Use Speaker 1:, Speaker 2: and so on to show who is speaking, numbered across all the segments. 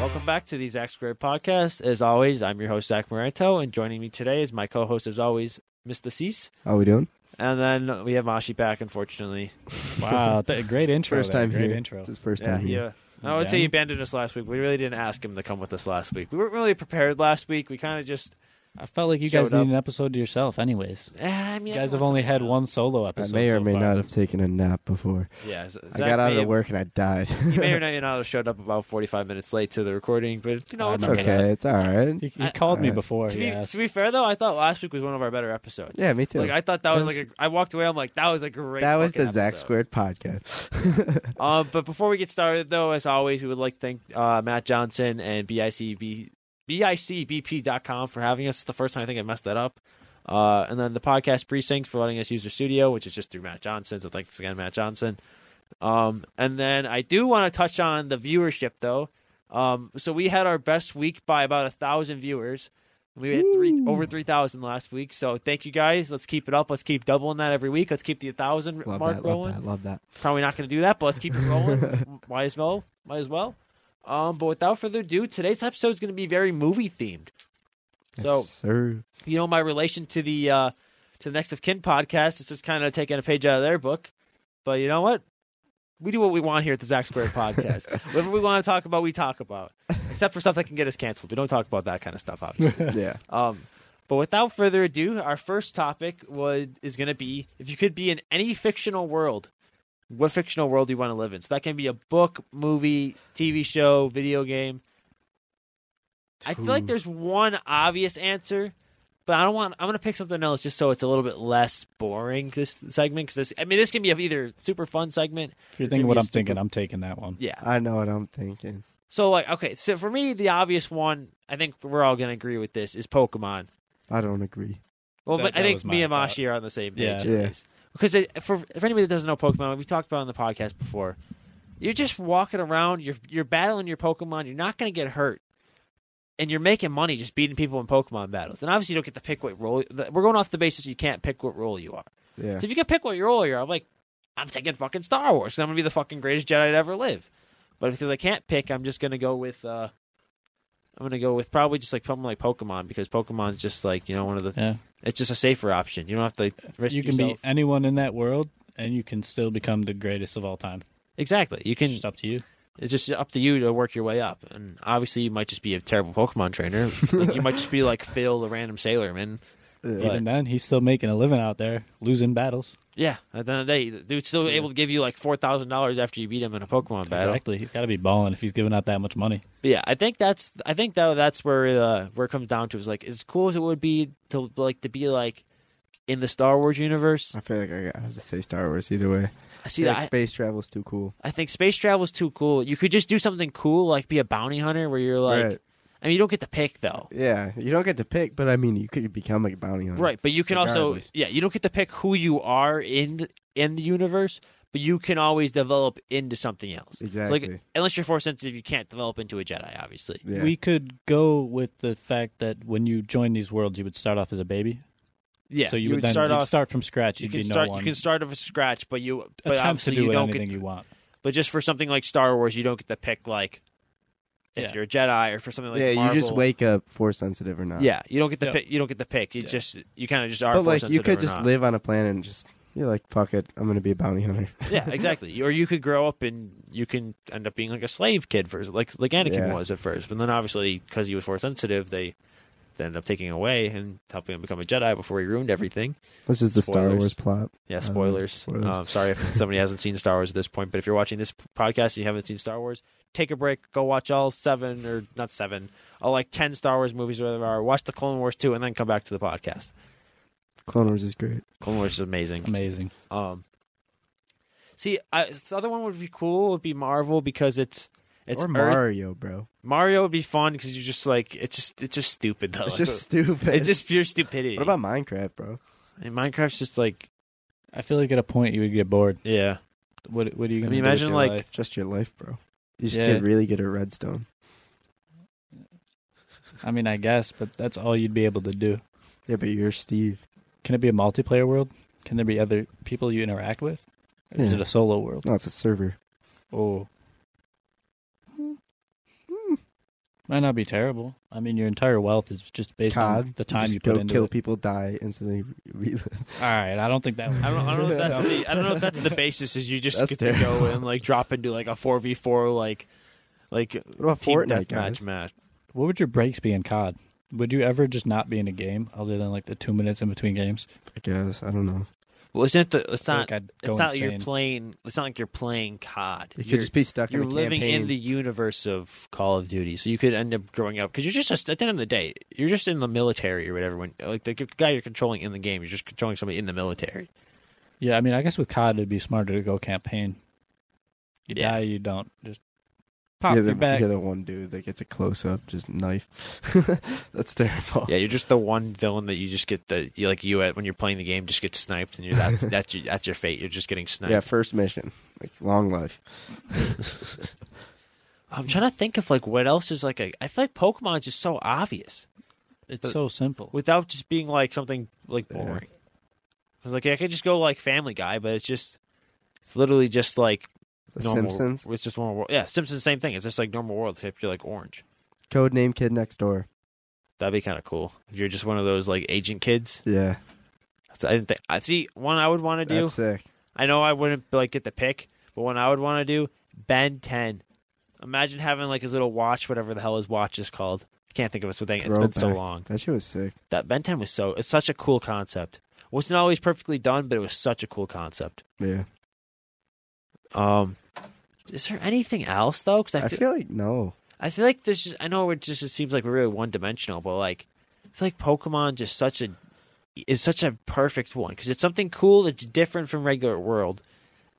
Speaker 1: Welcome back to the Zach Squared Podcast. As always, I'm your host, Zach Maranto, and joining me today is my co host, as always, Mr. Cease.
Speaker 2: How Oh, we doing?
Speaker 1: And then we have Mashi back, unfortunately.
Speaker 3: Wow, th- great intro.
Speaker 2: First
Speaker 3: there.
Speaker 2: time
Speaker 3: great
Speaker 2: here.
Speaker 3: intro.
Speaker 2: It's his first
Speaker 1: Yeah,
Speaker 2: time here.
Speaker 1: yeah. I would say he abandoned us last week. We really didn't ask him to come with us last week. We weren't really prepared last week. We kind of just.
Speaker 3: I felt like you
Speaker 1: Showed
Speaker 3: guys
Speaker 1: up.
Speaker 3: need an episode to yourself, anyways.
Speaker 1: eh, I mean,
Speaker 3: You
Speaker 1: every
Speaker 3: guys have
Speaker 1: once
Speaker 3: only
Speaker 1: in a
Speaker 3: had
Speaker 1: while.
Speaker 3: one solo
Speaker 2: I
Speaker 3: episode.
Speaker 2: may or
Speaker 3: so
Speaker 2: may
Speaker 3: far.
Speaker 2: not have taken a nap before.
Speaker 1: Yeah, Z-
Speaker 2: I
Speaker 1: Zach
Speaker 2: got out
Speaker 1: may
Speaker 2: of
Speaker 1: have-
Speaker 2: work and I died.
Speaker 1: He may or may not have showed up about 45 minutes late to the recording, but you know,
Speaker 3: I
Speaker 1: it's
Speaker 2: it's
Speaker 3: remember
Speaker 1: okay.
Speaker 2: okay. It's all right.
Speaker 3: He, he
Speaker 1: I-
Speaker 3: called me
Speaker 2: uh,
Speaker 3: before.
Speaker 1: To,
Speaker 3: he
Speaker 1: be,
Speaker 3: asked.
Speaker 1: to be fair, though, I thought last week was one of our better episodes.
Speaker 2: Yeah, me too.
Speaker 1: Like I thought that was
Speaker 2: That was-
Speaker 1: like a, I walked away. I'm like that was a great.
Speaker 2: that was the
Speaker 1: fucking
Speaker 2: Zach
Speaker 1: episode.
Speaker 2: Squared podcast.
Speaker 1: Um, but before we get started, though, as always, we would like to thank uh, Matt Johnson and BICB, BICBP.com for having us. It's the first time I think I messed that up. Uh, and then the podcast precinct for letting us use their studio, which is just through Matt Johnson. So thanks again, Matt Johnson. Um, and then I do want to touch on the viewership, though. Um, so we had our best week by about a thousand viewers. We had three over three thousand last week. So thank you guys. Let's keep it up. Let's keep doubling that every week. Let's keep the thousand
Speaker 2: Love
Speaker 1: mark
Speaker 2: that.
Speaker 1: rolling
Speaker 2: Love that. Love that.
Speaker 1: probably not going to do that, but let's keep it rolling. might as well. Might as well. Um, but without further ado, today's episode is going to be very movie themed.
Speaker 2: Yes,
Speaker 1: So-
Speaker 2: sir.
Speaker 1: You know, my relation to the uh, to the Next of Kin podcast is just kind of taking a page out of their book. But you know what? We do what we want here at the Zach Squared podcast. Whatever we want to talk about, we talk about. Except for stuff that can get us canceled. We don't talk about that kind of stuff, obviously.
Speaker 2: yeah.
Speaker 1: Um, but without further ado, our first topic was is going to be if you could be in any fictional world, what fictional world do you want to live in? So that can be a book, movie, TV show, video game. I feel like
Speaker 2: Ooh.
Speaker 1: there's one obvious answer, but I don't want. I'm going to pick something else just so it's a little bit less boring. This segment because this, I mean, this can be of either super fun segment.
Speaker 3: if you're
Speaker 1: gonna
Speaker 3: thinking what
Speaker 1: be
Speaker 3: I'm
Speaker 1: stupid.
Speaker 3: thinking, I'm taking that one.
Speaker 1: Yeah,
Speaker 2: I know what I'm thinking.
Speaker 1: so like okay, so for me, the obvious one, I think we're all going to agree with this is Pokemon.
Speaker 2: I don't agree.
Speaker 1: Well,
Speaker 3: That-
Speaker 1: but I
Speaker 3: that
Speaker 1: think
Speaker 3: was my
Speaker 1: me and
Speaker 3: thought.
Speaker 1: Mashi are on the same page.
Speaker 3: Yeah.
Speaker 1: at
Speaker 2: Yeah.
Speaker 1: least. Because it, for for anybody that doesn't know Pokemon, we've talked about it on the podcast before. You're just walking around. You're you're battling your Pokemon. You're not going to get hurt, and you're making money just beating people in Pokemon battles. And obviously, you don't get to pick what role. The, we're going off the basis you can't pick what role you are.
Speaker 2: Yeah.
Speaker 1: So if you can pick what role you're, I'm like, I'm taking fucking Star Wars. 'cause I'm gonna be the fucking greatest Jedi to ever live. But because I can't pick, I'm just gonna go with. uh I'm gonna go with probably just like something like Pokemon because Pokemon's just like you know one of the
Speaker 3: Yeah.
Speaker 1: it's just a safer option. You don't have to risk
Speaker 3: you can
Speaker 1: yourself.
Speaker 3: be anyone in that world, and you can still become the greatest of all time.
Speaker 1: exactly. You
Speaker 3: It's
Speaker 1: can.
Speaker 3: just up to you.
Speaker 1: It's just up to you to work your way up. And obviously, you might just be a terrible Pokemon trainer. like you might just be like Phil, the random sailorman.
Speaker 2: Yeah.
Speaker 3: Even then, he's still making a living out there, losing battles.
Speaker 1: Yeah. At the end of the day, the dude's still able to give you like four thousand dollars after you beat him in a Pokemon battle.
Speaker 3: Exactly. He's got to be balling if he's giving out that much money.
Speaker 1: But yeah, I think that's I think that that's where uh, where it comes down to is like as cool as it would be to like to be like in the Star Wars universe.
Speaker 3: Uh,
Speaker 2: I feel like I got- I have to say Star Wars either way.
Speaker 1: I see
Speaker 2: See,
Speaker 1: that.
Speaker 2: like
Speaker 1: I,
Speaker 2: space travel's too cool.
Speaker 1: I think space travel is too cool. You could just do something cool like be a bounty hunter where you're like
Speaker 2: Right.
Speaker 1: I mean you don't get to pick though.
Speaker 2: Yeah. You don't get to pick, but I mean, you could become like a bounty hunter.
Speaker 1: Right, but you can also
Speaker 2: Mm-hmm. Regardless.
Speaker 1: yeah, you don't get to pick who you are in the, in the universe, but you can always develop into something else. It's Like
Speaker 2: Exactly.
Speaker 1: unless you're force sensitive, you can't develop into a Jedi obviously.
Speaker 2: Yeah.
Speaker 3: We could go with the fact that when you join these worlds, you would start off as a baby.
Speaker 1: Yeah.
Speaker 3: so you,
Speaker 1: would,
Speaker 3: would, then
Speaker 1: start
Speaker 3: you'd
Speaker 1: off
Speaker 3: start from scratch.
Speaker 1: you
Speaker 3: You'd
Speaker 1: can
Speaker 3: be
Speaker 1: start
Speaker 3: no one.
Speaker 1: you can start off a scratch, but you but
Speaker 3: attempts to
Speaker 1: obviously
Speaker 3: do
Speaker 1: you don't
Speaker 3: anything
Speaker 1: get
Speaker 3: you want.
Speaker 1: But just for something like Star Wars, you don't get to pick like if
Speaker 3: Yeah.
Speaker 1: you're a Jedi or for something like
Speaker 2: yeah, you just
Speaker 1: Marvel.
Speaker 2: wake up force sensitive or not.
Speaker 1: Yeah, you don't get to
Speaker 3: Yeah.
Speaker 1: pick. You don't get to pick. You just you kind of just are.
Speaker 2: But
Speaker 1: force
Speaker 2: like, you
Speaker 1: sensitive
Speaker 2: could
Speaker 1: or
Speaker 2: just
Speaker 1: not.
Speaker 2: live on a planet and just you're like, fuck it, I'm gonna be a bounty hunter.
Speaker 1: Yeah, exactly. or you could grow up and you can end up being like a slave kid first, like like Anakin
Speaker 2: Yeah.
Speaker 1: was at first. But then obviously because he was force sensitive, they they ended up taking away and helping him become a Jedi before he ruined everything.
Speaker 2: This is the Star
Speaker 1: Spoilers.
Speaker 2: Wars plot.
Speaker 1: Yeah,
Speaker 2: Um,
Speaker 1: spoilers.
Speaker 2: spoilers.
Speaker 1: Um, sorry if somebody hasn't seen Star Wars at this point, but if you're watching this podcast and you haven't seen Star Wars, take a break, go watch all seven or not seven, uh, like ten Star Wars movies or whatever. Are. Watch the Clone Wars two, and then come back to the podcast.
Speaker 2: Clone Wars is great.
Speaker 1: Clone Wars is amazing.
Speaker 3: Amazing.
Speaker 1: Um, see, I, the other one would be cool. Would be Marvel because it's it's
Speaker 2: or
Speaker 1: Earth.
Speaker 2: Mario, bro.
Speaker 1: Mario would be fun because you're just like it's just it's just stupid though.
Speaker 2: It's
Speaker 1: Like,
Speaker 2: just stupid.
Speaker 1: it's just pure stupidity.
Speaker 2: What about Minecraft, bro?
Speaker 1: and Minecraft's just like
Speaker 3: I feel like at a point you would get bored.
Speaker 1: yeah.
Speaker 3: What What are
Speaker 1: I
Speaker 3: you going to
Speaker 1: mean, imagine, like-
Speaker 2: Just your life, bro. You just
Speaker 3: Yeah.
Speaker 2: get really good at redstone.
Speaker 3: I mean, I guess, but that's all you'd be able to do.
Speaker 2: Yeah, but you're Steve.
Speaker 3: Can it be a multiplayer world? Can there be other people you interact with? Or is
Speaker 2: Yeah.
Speaker 3: it a solo world?
Speaker 2: No, it's a server.
Speaker 3: Oh,
Speaker 2: Hmm.
Speaker 3: might not be terrible. I mean, your entire wealth is just based on
Speaker 2: COD,
Speaker 3: the time
Speaker 2: just
Speaker 3: you, put
Speaker 2: go
Speaker 3: into
Speaker 2: kill
Speaker 3: it.
Speaker 2: people, die instantly. Relive.
Speaker 3: All right, I don't think that. Would...
Speaker 1: I don't, I don't know if that's the I don't know if that's the basis. Is you just
Speaker 2: That's
Speaker 1: get to
Speaker 2: terrible.
Speaker 1: go and like drop into like a four v four like like
Speaker 2: What about
Speaker 1: team
Speaker 2: Fortnite, guys?
Speaker 1: deathmatch match.
Speaker 3: What would your breaks be in COD? Would you ever just not be in a game other than like the two minutes in between games?
Speaker 2: I guess I don't know.
Speaker 1: Well, isn't it the, it's
Speaker 3: I feel
Speaker 1: not
Speaker 3: like I'd go
Speaker 1: it's not like
Speaker 3: insane.
Speaker 1: you're playing it's not like you're playing COD.
Speaker 2: You could
Speaker 1: You're-
Speaker 2: just be stuck.
Speaker 1: you're
Speaker 2: in a
Speaker 1: living
Speaker 2: campaign.
Speaker 1: in the universe of Call of Duty, so you could end up growing up because you're just a, at the end of the day, you're just in the military or whatever. When like the guy you're controlling in the game, you're just controlling somebody in the military.
Speaker 3: Yeah, I mean, I guess with COD it'd be smarter to go campaign. You
Speaker 1: Yeah.
Speaker 3: die, you don't. Just pop
Speaker 2: you're
Speaker 3: your
Speaker 2: the,
Speaker 3: back.
Speaker 2: You're the one dude that gets a close up, just knife. That's terrible.
Speaker 1: Yeah, you're just the one villain that you just get the you like you at when you're playing the game just get sniped and you're that that's your, that's your fate. You're just getting sniped.
Speaker 2: Yeah, first mission, like long life.
Speaker 1: I'm trying to think of like what else is like a. I feel like Pokemon's just so obvious
Speaker 3: It's so simple.
Speaker 1: without just being like something like
Speaker 2: Yeah.
Speaker 1: boring. I was like, I could just go like Family Guy, but it's just it's literally just like
Speaker 2: The
Speaker 1: normal.
Speaker 2: Simpsons.
Speaker 1: It's just normal world. Yeah, Simpsons, same thing. It's just like normal world except you're like orange.
Speaker 2: Code name Kid Next Door.
Speaker 1: That'd be kind of cool if you're just one of those like agent kids.
Speaker 2: Yeah,
Speaker 1: That's, I didn't think. I see one I would want to do.
Speaker 2: that's sick.
Speaker 1: I know I wouldn't like get the pick, but one I would want to do Ben Ten. Imagine having like his little watch, whatever the hell his watch is called. I can't think of his thing. It's been so
Speaker 2: Throwback.
Speaker 1: long.
Speaker 2: That shit was sick.
Speaker 1: That Ben Ten was so. It's such a cool concept. Wasn't always perfectly done, but it was such a cool concept.
Speaker 2: Yeah,
Speaker 1: Um, is there anything else though? Because
Speaker 2: I feel, like no.
Speaker 1: I feel like there's just I know it just it seems like we're really one dimensional, but like I feel like Pokemon just such a is such a perfect one because it's something cool that's different from regular world.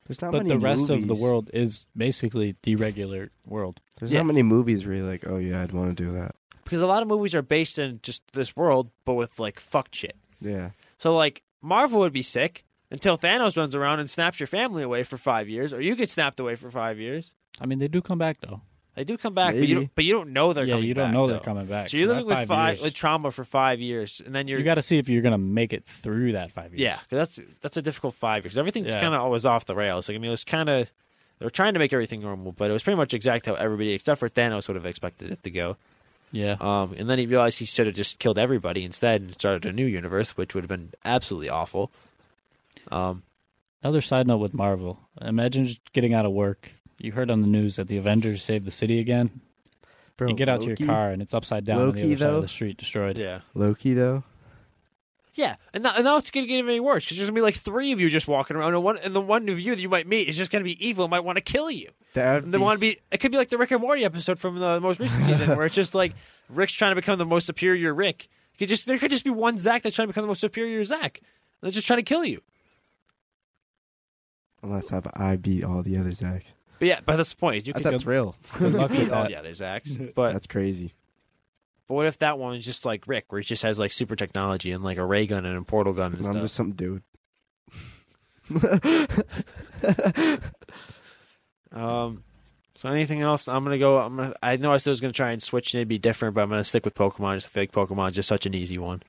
Speaker 2: There's not
Speaker 3: But
Speaker 2: many.
Speaker 3: the rest of the
Speaker 2: movies-
Speaker 3: world is basically the regular world.
Speaker 2: There's
Speaker 1: Yeah.
Speaker 2: not many movies where you're like, oh yeah, I'd want to do that.
Speaker 1: Because a lot of movies are based in just this world, but with like fuck shit.
Speaker 2: Yeah,
Speaker 1: So like Marvel would be sick until Thanos runs around and snaps your family away for five years, or you get snapped away for five years.
Speaker 3: I mean, they do come back though.
Speaker 1: They do come back, but you
Speaker 2: Maybe.
Speaker 1: don't, but you don't know they're
Speaker 3: yeah,
Speaker 1: coming.
Speaker 3: you don't
Speaker 1: back,
Speaker 3: know
Speaker 1: though.
Speaker 3: they're coming back.
Speaker 1: So you're
Speaker 3: that
Speaker 1: living with five
Speaker 3: years-
Speaker 1: with trauma for five years, and then you're
Speaker 3: you got to see if you're gonna make it through that five years.
Speaker 1: Yeah, 'cause that's that's a difficult five years. Everything's
Speaker 3: Yeah.
Speaker 1: kind of always off the rails. Like I mean, it was kind of they were trying to make everything normal, but it was pretty much exact how everybody except for Thanos would have expected it to go.
Speaker 3: yeah.
Speaker 1: Um, and then he realized he should have just killed everybody instead and started a new universe, which would have been absolutely awful. Um,
Speaker 3: Another side note with Marvel: Imagine just getting out of work. You heard on the news that the Avengers saved the city again.
Speaker 2: bro.
Speaker 3: you get out to
Speaker 2: Loki-
Speaker 3: your car and it's upside down on the
Speaker 2: Loki,
Speaker 3: other side
Speaker 2: though?
Speaker 3: of the street, destroyed.
Speaker 1: yeah,
Speaker 2: Loki though.
Speaker 1: yeah, and now, and now it's gonna get even worse because there's gonna be like three of you just walking around, and one and the one of you that you might meet is just gonna be evil, and might want to kill you.
Speaker 2: That would
Speaker 1: They
Speaker 2: be
Speaker 1: want to be. It could be like the Rick and Morty episode from uh, the most recent season, where it's just like Rick's trying to become the most superior Rick. It could just there could just be one Zach that's trying to become the most superior Zach. They're just trying to kill you.
Speaker 2: Unless I, I beat all the other Zacks.
Speaker 1: But yeah, but that's the point. You
Speaker 2: That's
Speaker 1: could
Speaker 2: a
Speaker 3: good-
Speaker 2: thrill.
Speaker 3: Good luck
Speaker 1: beat
Speaker 3: with
Speaker 1: all
Speaker 3: that.
Speaker 1: the other Zachs. But
Speaker 2: That's crazy.
Speaker 1: but what if that one is just like Rick, where he just has like super technology and like a ray gun and a portal gun and
Speaker 2: I'm
Speaker 1: stuff?
Speaker 2: just some dude.
Speaker 1: Um. So anything else? I'm gonna go. I'm gonna. I know I said I was gonna try and switch and it'd be different, but I'm gonna stick with Pokemon. Just fake Pokemon, just such an easy one.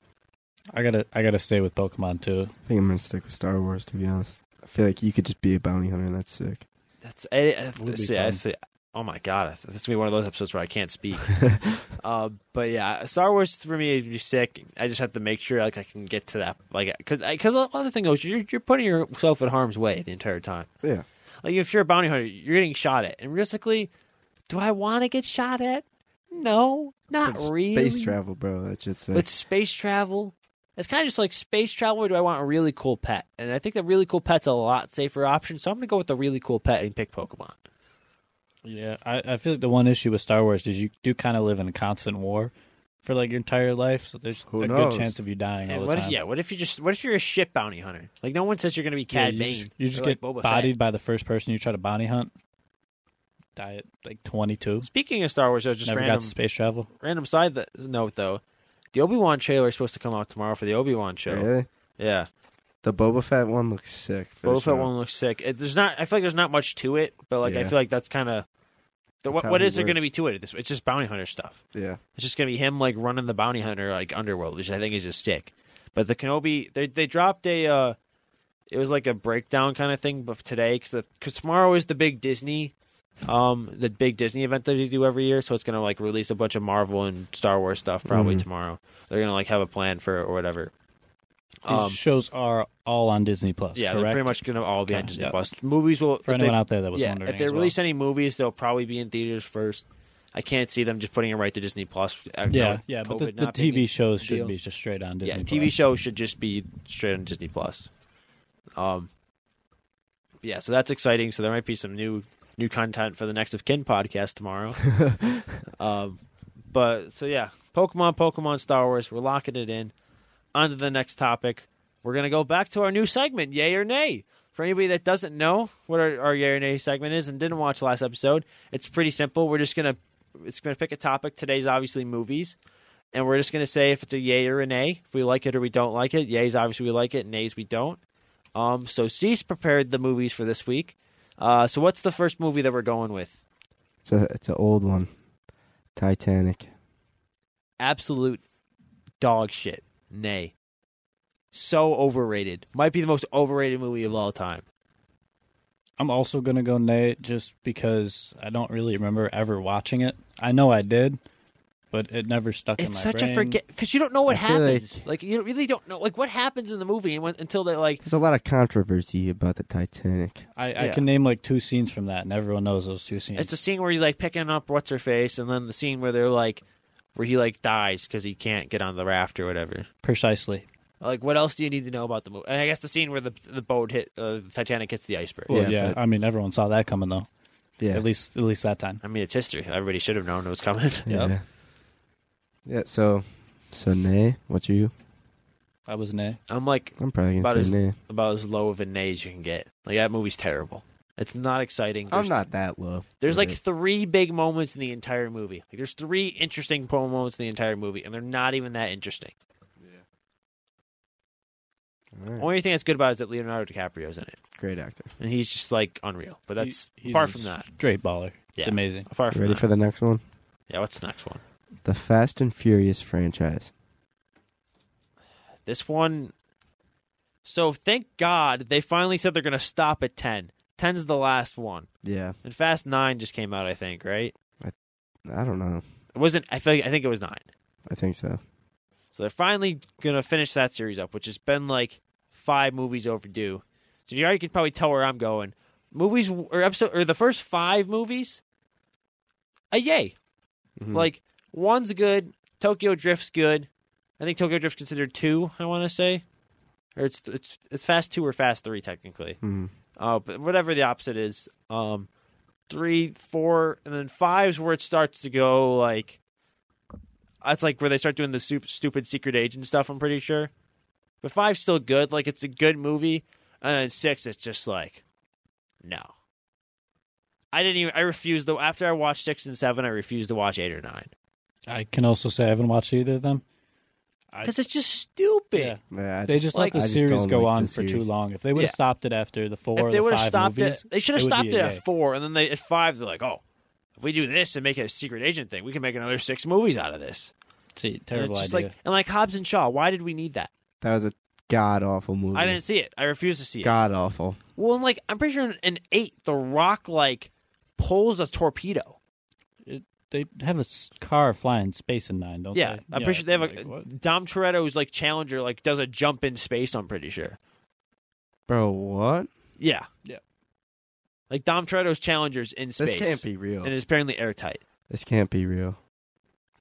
Speaker 3: I gotta, I gotta stay with Pokemon too.
Speaker 2: I think I'm gonna stick with Star Wars to be honest. I feel like you could just be a bounty hunter and that's sick.
Speaker 1: That's. I,
Speaker 3: Would
Speaker 1: I,
Speaker 3: be
Speaker 1: see, I
Speaker 3: fun.
Speaker 1: see. Oh my god, this is gonna be one of those episodes where I can't speak. Uh, but yeah, Star Wars for me would be sick. I just have to make sure like I can get to that, like because because the other thing goes, you're you're putting yourself in harm's way the entire time.
Speaker 2: yeah.
Speaker 1: Like if you're a bounty hunter, you're getting shot at, and realistically, do I want to get shot at? No, not
Speaker 2: It's
Speaker 1: really.
Speaker 2: Space travel, bro. That's just sick.
Speaker 1: But space travel, it's kind of just like space travel. Or do I want a really cool pet? And I think the really cool pet's a lot safer option. So I'm gonna go with the really cool pet and pick Pokemon.
Speaker 3: Yeah, I, I feel like the one issue with Star Wars is you do kind of live in a constant war for like your entire life, so there's
Speaker 2: Who
Speaker 3: a
Speaker 2: knows?
Speaker 3: good chance of you dying all
Speaker 1: And
Speaker 3: the
Speaker 1: what
Speaker 3: time.
Speaker 1: if, yeah, what if you just what if you're a shit bounty hunter? Like no one says you're gonna be
Speaker 3: Yeah,
Speaker 1: Cad
Speaker 3: you
Speaker 1: Bane.
Speaker 3: just, you just
Speaker 1: or, like,
Speaker 3: get
Speaker 1: Boba Fett.
Speaker 3: bodied by the first person you try to bounty hunt. Die at like 22.
Speaker 1: Speaking of Star Wars, though, just
Speaker 3: Never
Speaker 1: random
Speaker 3: got to space travel.
Speaker 1: random side th- note though, the Obi Wan trailer is supposed to come out tomorrow for the Obi Wan show.
Speaker 2: Really?
Speaker 1: Yeah,
Speaker 2: The Boba Fett one looks sick.
Speaker 1: Boba
Speaker 2: Finish it
Speaker 1: Fett
Speaker 2: up.
Speaker 1: one looks sick. It, there's not, I feel like there's not much to it, but like I
Speaker 2: Yeah.
Speaker 1: feel like that's kind of the,
Speaker 2: That's
Speaker 1: what
Speaker 2: how
Speaker 1: what
Speaker 2: he
Speaker 1: is there going to
Speaker 2: works.
Speaker 1: be to it? at This it's just bounty hunter stuff.
Speaker 2: Yeah.
Speaker 1: It's just going to be him like running the bounty hunter like underworld, which I think is just sick. But the Kenobi, they they dropped a, uh, it was like a breakdown kind of thing, but today because because tomorrow is the big Disney. Um, the big Disney event that they do every year, so it's gonna like release a bunch of Marvel and Star Wars stuff probably
Speaker 2: Mhm.
Speaker 3: Mm-hmm.
Speaker 1: tomorrow. They're gonna like have a plan for it or whatever.
Speaker 3: These shows are all on Disney Plus.
Speaker 1: um, Yeah, they're
Speaker 3: correct?
Speaker 1: pretty much going to all be on
Speaker 3: Okay,
Speaker 1: Disney
Speaker 3: yeah.
Speaker 1: Plus. Movies will.
Speaker 3: for
Speaker 1: if they-
Speaker 3: anyone out there that was
Speaker 1: yeah,
Speaker 3: wondering.
Speaker 1: if they
Speaker 3: as well.
Speaker 1: release any movies, they'll probably be in theaters first. I can't see them just putting it right to Disney Plus. I
Speaker 3: yeah,
Speaker 1: know
Speaker 3: yeah, but the,
Speaker 1: COVID
Speaker 3: the
Speaker 1: not being
Speaker 3: TV
Speaker 1: a
Speaker 3: shows
Speaker 1: big
Speaker 3: should
Speaker 1: deal.
Speaker 3: be just straight on Disney.
Speaker 1: yeah,
Speaker 3: Plus.
Speaker 1: TV shows should just be straight on Disney Plus. Um, yeah, so that's exciting. So there might be some new new content for the Next of Kin podcast tomorrow. um, but so yeah, Pokemon, Pokemon, Star Wars. We're locking it in. On to the next topic. We're gonna go back to our new segment, yay or nay. For anybody that doesn't know what our, our yay or nay segment is and didn't watch last episode, it's pretty simple. We're just gonna it's gonna pick a topic. Today's obviously movies and we're just going to say if it's a yay or a nay, if we like it or we don't like it. Yays, obviously, we like it. Nays, we don't. Um, so Cease prepared the movies for this week. Uh, so what's the first movie that we're going with?
Speaker 2: It's a it's an old one. Titanic.
Speaker 1: Absolute dog shit. Nay. So overrated. Might be the most overrated movie of all time.
Speaker 3: I'm also gonna go nay, just because I don't really remember ever watching it. I know I did, but it never stuck in
Speaker 1: It's
Speaker 3: my
Speaker 1: such
Speaker 3: brain.
Speaker 1: a forget because you don't know what
Speaker 2: I feel like-
Speaker 1: happens. Like, you really don't know like what happens in the movie and when, until they like
Speaker 2: There's a lot of controversy about the Titanic.
Speaker 3: I, I
Speaker 1: Yeah.
Speaker 3: can name like two scenes from that, and everyone knows those two scenes.
Speaker 1: It's the scene where he's like picking up what's her face, and then the scene where they're like, where he like dies because he can't get on the raft or whatever.
Speaker 3: Precisely.
Speaker 1: Like, what else do you need to know about the movie? And I guess the scene where the the boat hit, uh, the Titanic hits the iceberg.
Speaker 3: Well,
Speaker 2: Yeah,
Speaker 3: yeah,
Speaker 2: but-
Speaker 3: I mean, everyone saw that coming though.
Speaker 2: Yeah.
Speaker 3: At least, at least that time.
Speaker 1: I mean, it's history. Everybody should have known it was coming.
Speaker 3: Yep.
Speaker 2: Yeah. Yeah, so so nay, what you?
Speaker 3: I was nay.
Speaker 1: I'm like
Speaker 2: I'm probably
Speaker 1: About
Speaker 2: gonna
Speaker 1: as-
Speaker 2: say nay.
Speaker 1: about as low of a nay as you can get. Like that movie's terrible. It's not exciting.
Speaker 2: I'm
Speaker 1: There's-
Speaker 2: not that low.
Speaker 1: There's like
Speaker 2: Right.
Speaker 1: three big moments in the entire movie. Like there's three interesting pro moments in the entire movie, and they're not even that interesting.
Speaker 2: All right.
Speaker 1: Only thing that's good about it is that Leonardo DiCaprio's in it,
Speaker 2: great actor.
Speaker 1: and he's just like unreal. But that's
Speaker 3: He- he's
Speaker 1: apart
Speaker 3: a
Speaker 1: from that,
Speaker 3: straight baller.
Speaker 1: Yeah.
Speaker 3: It's amazing.
Speaker 1: Apart
Speaker 2: You
Speaker 1: from
Speaker 2: ready
Speaker 1: that.
Speaker 2: for the next one?
Speaker 1: yeah, what's the next one?
Speaker 2: The Fast and Furious franchise.
Speaker 1: This one. So thank God they finally said they're going to stop at 10. 10's the last one.
Speaker 2: Yeah.
Speaker 1: And Fast 9 just came out, I think, right?
Speaker 2: I don't know.
Speaker 1: It wasn't I feel I think it was 9.
Speaker 2: I think so.
Speaker 1: So they're finally going to finish that series up, which has been like 5 movies overdue. So you already can probably tell where I'm going. Movies or episode or the first 5 movies a yay.
Speaker 2: Mhm.
Speaker 1: Like one's good, Tokyo Drift's good. I think Tokyo Drift's considered two. I want to say, or it's it's it's Fast Two or Fast Three technically.
Speaker 2: Mhm.
Speaker 1: Uh, but whatever the opposite is, um, three, four, and then five's where it starts to go like. That's like where they start doing the sup- stupid secret agent stuff. I'm pretty sure, but five's still good. Like it's a good movie, and then six, it's just like, no. I didn't even. I refused though. After I watched six and seven, I refused to watch eight or nine
Speaker 3: I can also say I haven't watched either of them. I-
Speaker 1: because it's just stupid.
Speaker 3: Yeah.
Speaker 2: Yeah, I
Speaker 3: They just
Speaker 1: Like-
Speaker 3: let
Speaker 2: I
Speaker 3: the
Speaker 2: just
Speaker 3: series
Speaker 2: don't
Speaker 3: go
Speaker 2: like
Speaker 3: on
Speaker 2: the
Speaker 3: for too
Speaker 2: series.
Speaker 3: long. If they would have
Speaker 1: Yeah.
Speaker 3: stopped it after the four
Speaker 1: if
Speaker 3: or
Speaker 1: they
Speaker 3: the
Speaker 1: would
Speaker 3: five
Speaker 1: have stopped
Speaker 3: movies,
Speaker 1: it, they should have
Speaker 3: it would be
Speaker 1: stopped it
Speaker 3: a
Speaker 1: at
Speaker 3: yay.
Speaker 1: four, and then they at five they're like, oh, if we do this and make it a secret agent thing, we can make another six movies out of this.
Speaker 3: It's a
Speaker 1: And
Speaker 3: terrible
Speaker 1: it's just
Speaker 3: idea.
Speaker 1: like and like Hobbs and Shaw. Why did we need that?
Speaker 2: that was a god awful movie.
Speaker 1: I didn't see it. I refuse to see it.
Speaker 2: God awful.
Speaker 1: Well, and like I'm pretty sure in, in eight, The Rock like pulls a torpedo.
Speaker 3: they have a s- car flying space in nine, don't
Speaker 1: Yeah,
Speaker 3: they?
Speaker 1: I'm pretty sure they have a
Speaker 3: like, what?
Speaker 1: Dom Toretto's like Challenger like does a jump in space. I'm pretty sure.
Speaker 2: Bro, what?
Speaker 1: Yeah.
Speaker 3: Yeah.
Speaker 1: Like Dom Toretto's Challenger's in space.
Speaker 2: This can't be real.
Speaker 1: and it's apparently airtight.
Speaker 2: This can't be real.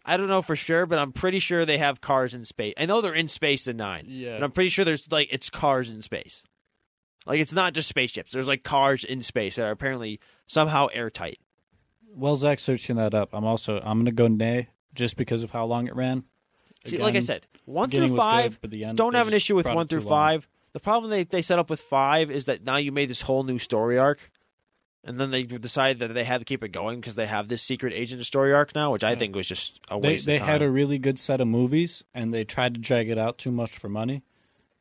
Speaker 1: I don't know for sure, but I'm pretty sure they have cars in space. I know they're in space in nine,
Speaker 3: Yeah.
Speaker 1: and I'm pretty sure there's like it's cars in space. Like it's not just spaceships. There's like cars in space that are apparently somehow airtight.
Speaker 3: Well, Zach, searching that up. I'm also I'm gonna go nay just because of how long it ran.
Speaker 1: See, like I
Speaker 3: Again,
Speaker 1: said, one
Speaker 3: beginning
Speaker 1: through
Speaker 3: was good,
Speaker 1: five
Speaker 3: but the end,
Speaker 1: don't
Speaker 3: they
Speaker 1: have an
Speaker 3: just
Speaker 1: issue with
Speaker 3: brought it
Speaker 1: one through
Speaker 3: too long.
Speaker 1: five. The problem they they set up with five is that now you made this whole new story arc, and then they decided that they had to keep it going because they have this secret agent story arc now, which I think was just a
Speaker 3: They
Speaker 1: waste.
Speaker 3: they
Speaker 1: of time.
Speaker 3: had a really good set of movies and they tried to drag it out too much for money.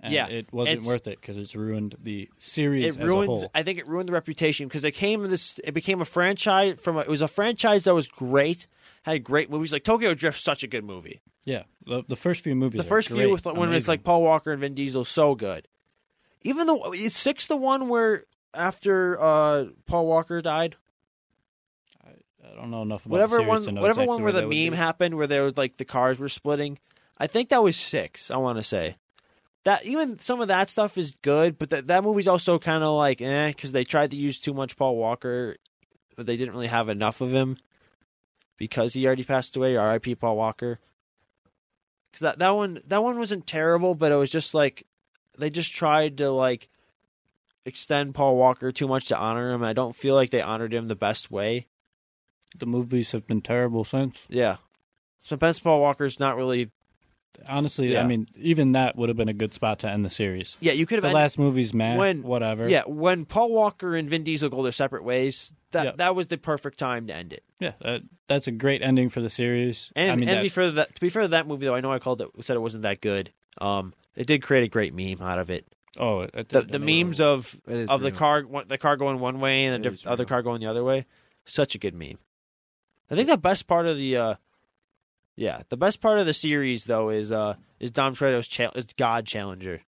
Speaker 3: And
Speaker 1: Yeah,
Speaker 3: it wasn't
Speaker 1: it's-
Speaker 3: worth it because it's ruined the series
Speaker 1: it e
Speaker 3: as a
Speaker 1: ruined.
Speaker 3: whole.
Speaker 1: I think it ruined the reputation because it came in this. It became a franchise from. A, it was a franchise that was great, had great movies like Tokyo Drift. Such a good movie.
Speaker 3: Yeah, the, the first few movies.
Speaker 1: The
Speaker 3: are
Speaker 1: first
Speaker 3: great,
Speaker 1: few with when it's
Speaker 3: amazing.
Speaker 1: like Paul Walker and Vin Diesel, so good. Even though is six the one where after uh, Paul Walker died,
Speaker 3: I don't know enough about the
Speaker 1: whatever
Speaker 3: series to
Speaker 1: one,
Speaker 3: know
Speaker 1: whatever
Speaker 3: exactly
Speaker 1: one where the
Speaker 3: that would be.
Speaker 1: meme happened, where there was like the cars were splitting. I think that was six. I want to say that even some of that stuff is good, but that that movie's also kind of like eh because they tried to use too much Paul Walker. But they didn't really have enough of him because he already passed away. R.I.P. Paul Walker. Because that that one that one wasn't terrible, but it was just like they just tried to like extend Paul Walker too much to honor him. And I don't feel like they honored him the best way.
Speaker 3: The movies have been terrible since.
Speaker 1: Yeah. So Pence Paul Walker's not really.
Speaker 3: Honestly,
Speaker 1: Yeah.
Speaker 3: I mean, even that would have been a good spot to end the series.
Speaker 1: Yeah, you could have.
Speaker 3: The
Speaker 1: ended-
Speaker 3: last movie's man,
Speaker 1: when-
Speaker 3: whatever.
Speaker 1: yeah, when Paul Walker and Vin Diesel go their separate ways, that
Speaker 3: Yeah.
Speaker 1: that was the perfect time to end it.
Speaker 3: yeah. That, that's a great ending for the series.
Speaker 1: And,
Speaker 3: I
Speaker 1: and
Speaker 3: mean,
Speaker 1: to
Speaker 3: that-
Speaker 1: be fair to that, to be fair to that movie though, I know I called it said it wasn't that good. Um, it did create a great meme out of it.
Speaker 3: oh, it-
Speaker 1: The
Speaker 3: it-
Speaker 1: the memes of
Speaker 2: It is
Speaker 1: of the
Speaker 2: real.
Speaker 1: car one- the car going one way and the
Speaker 2: It
Speaker 1: diff-
Speaker 2: is
Speaker 1: other
Speaker 2: real.
Speaker 1: car going the other way, such a good meme. I think the best part of the uh, yeah, the best part of the series though is uh is Dom Toretto's cha- is God Challenger.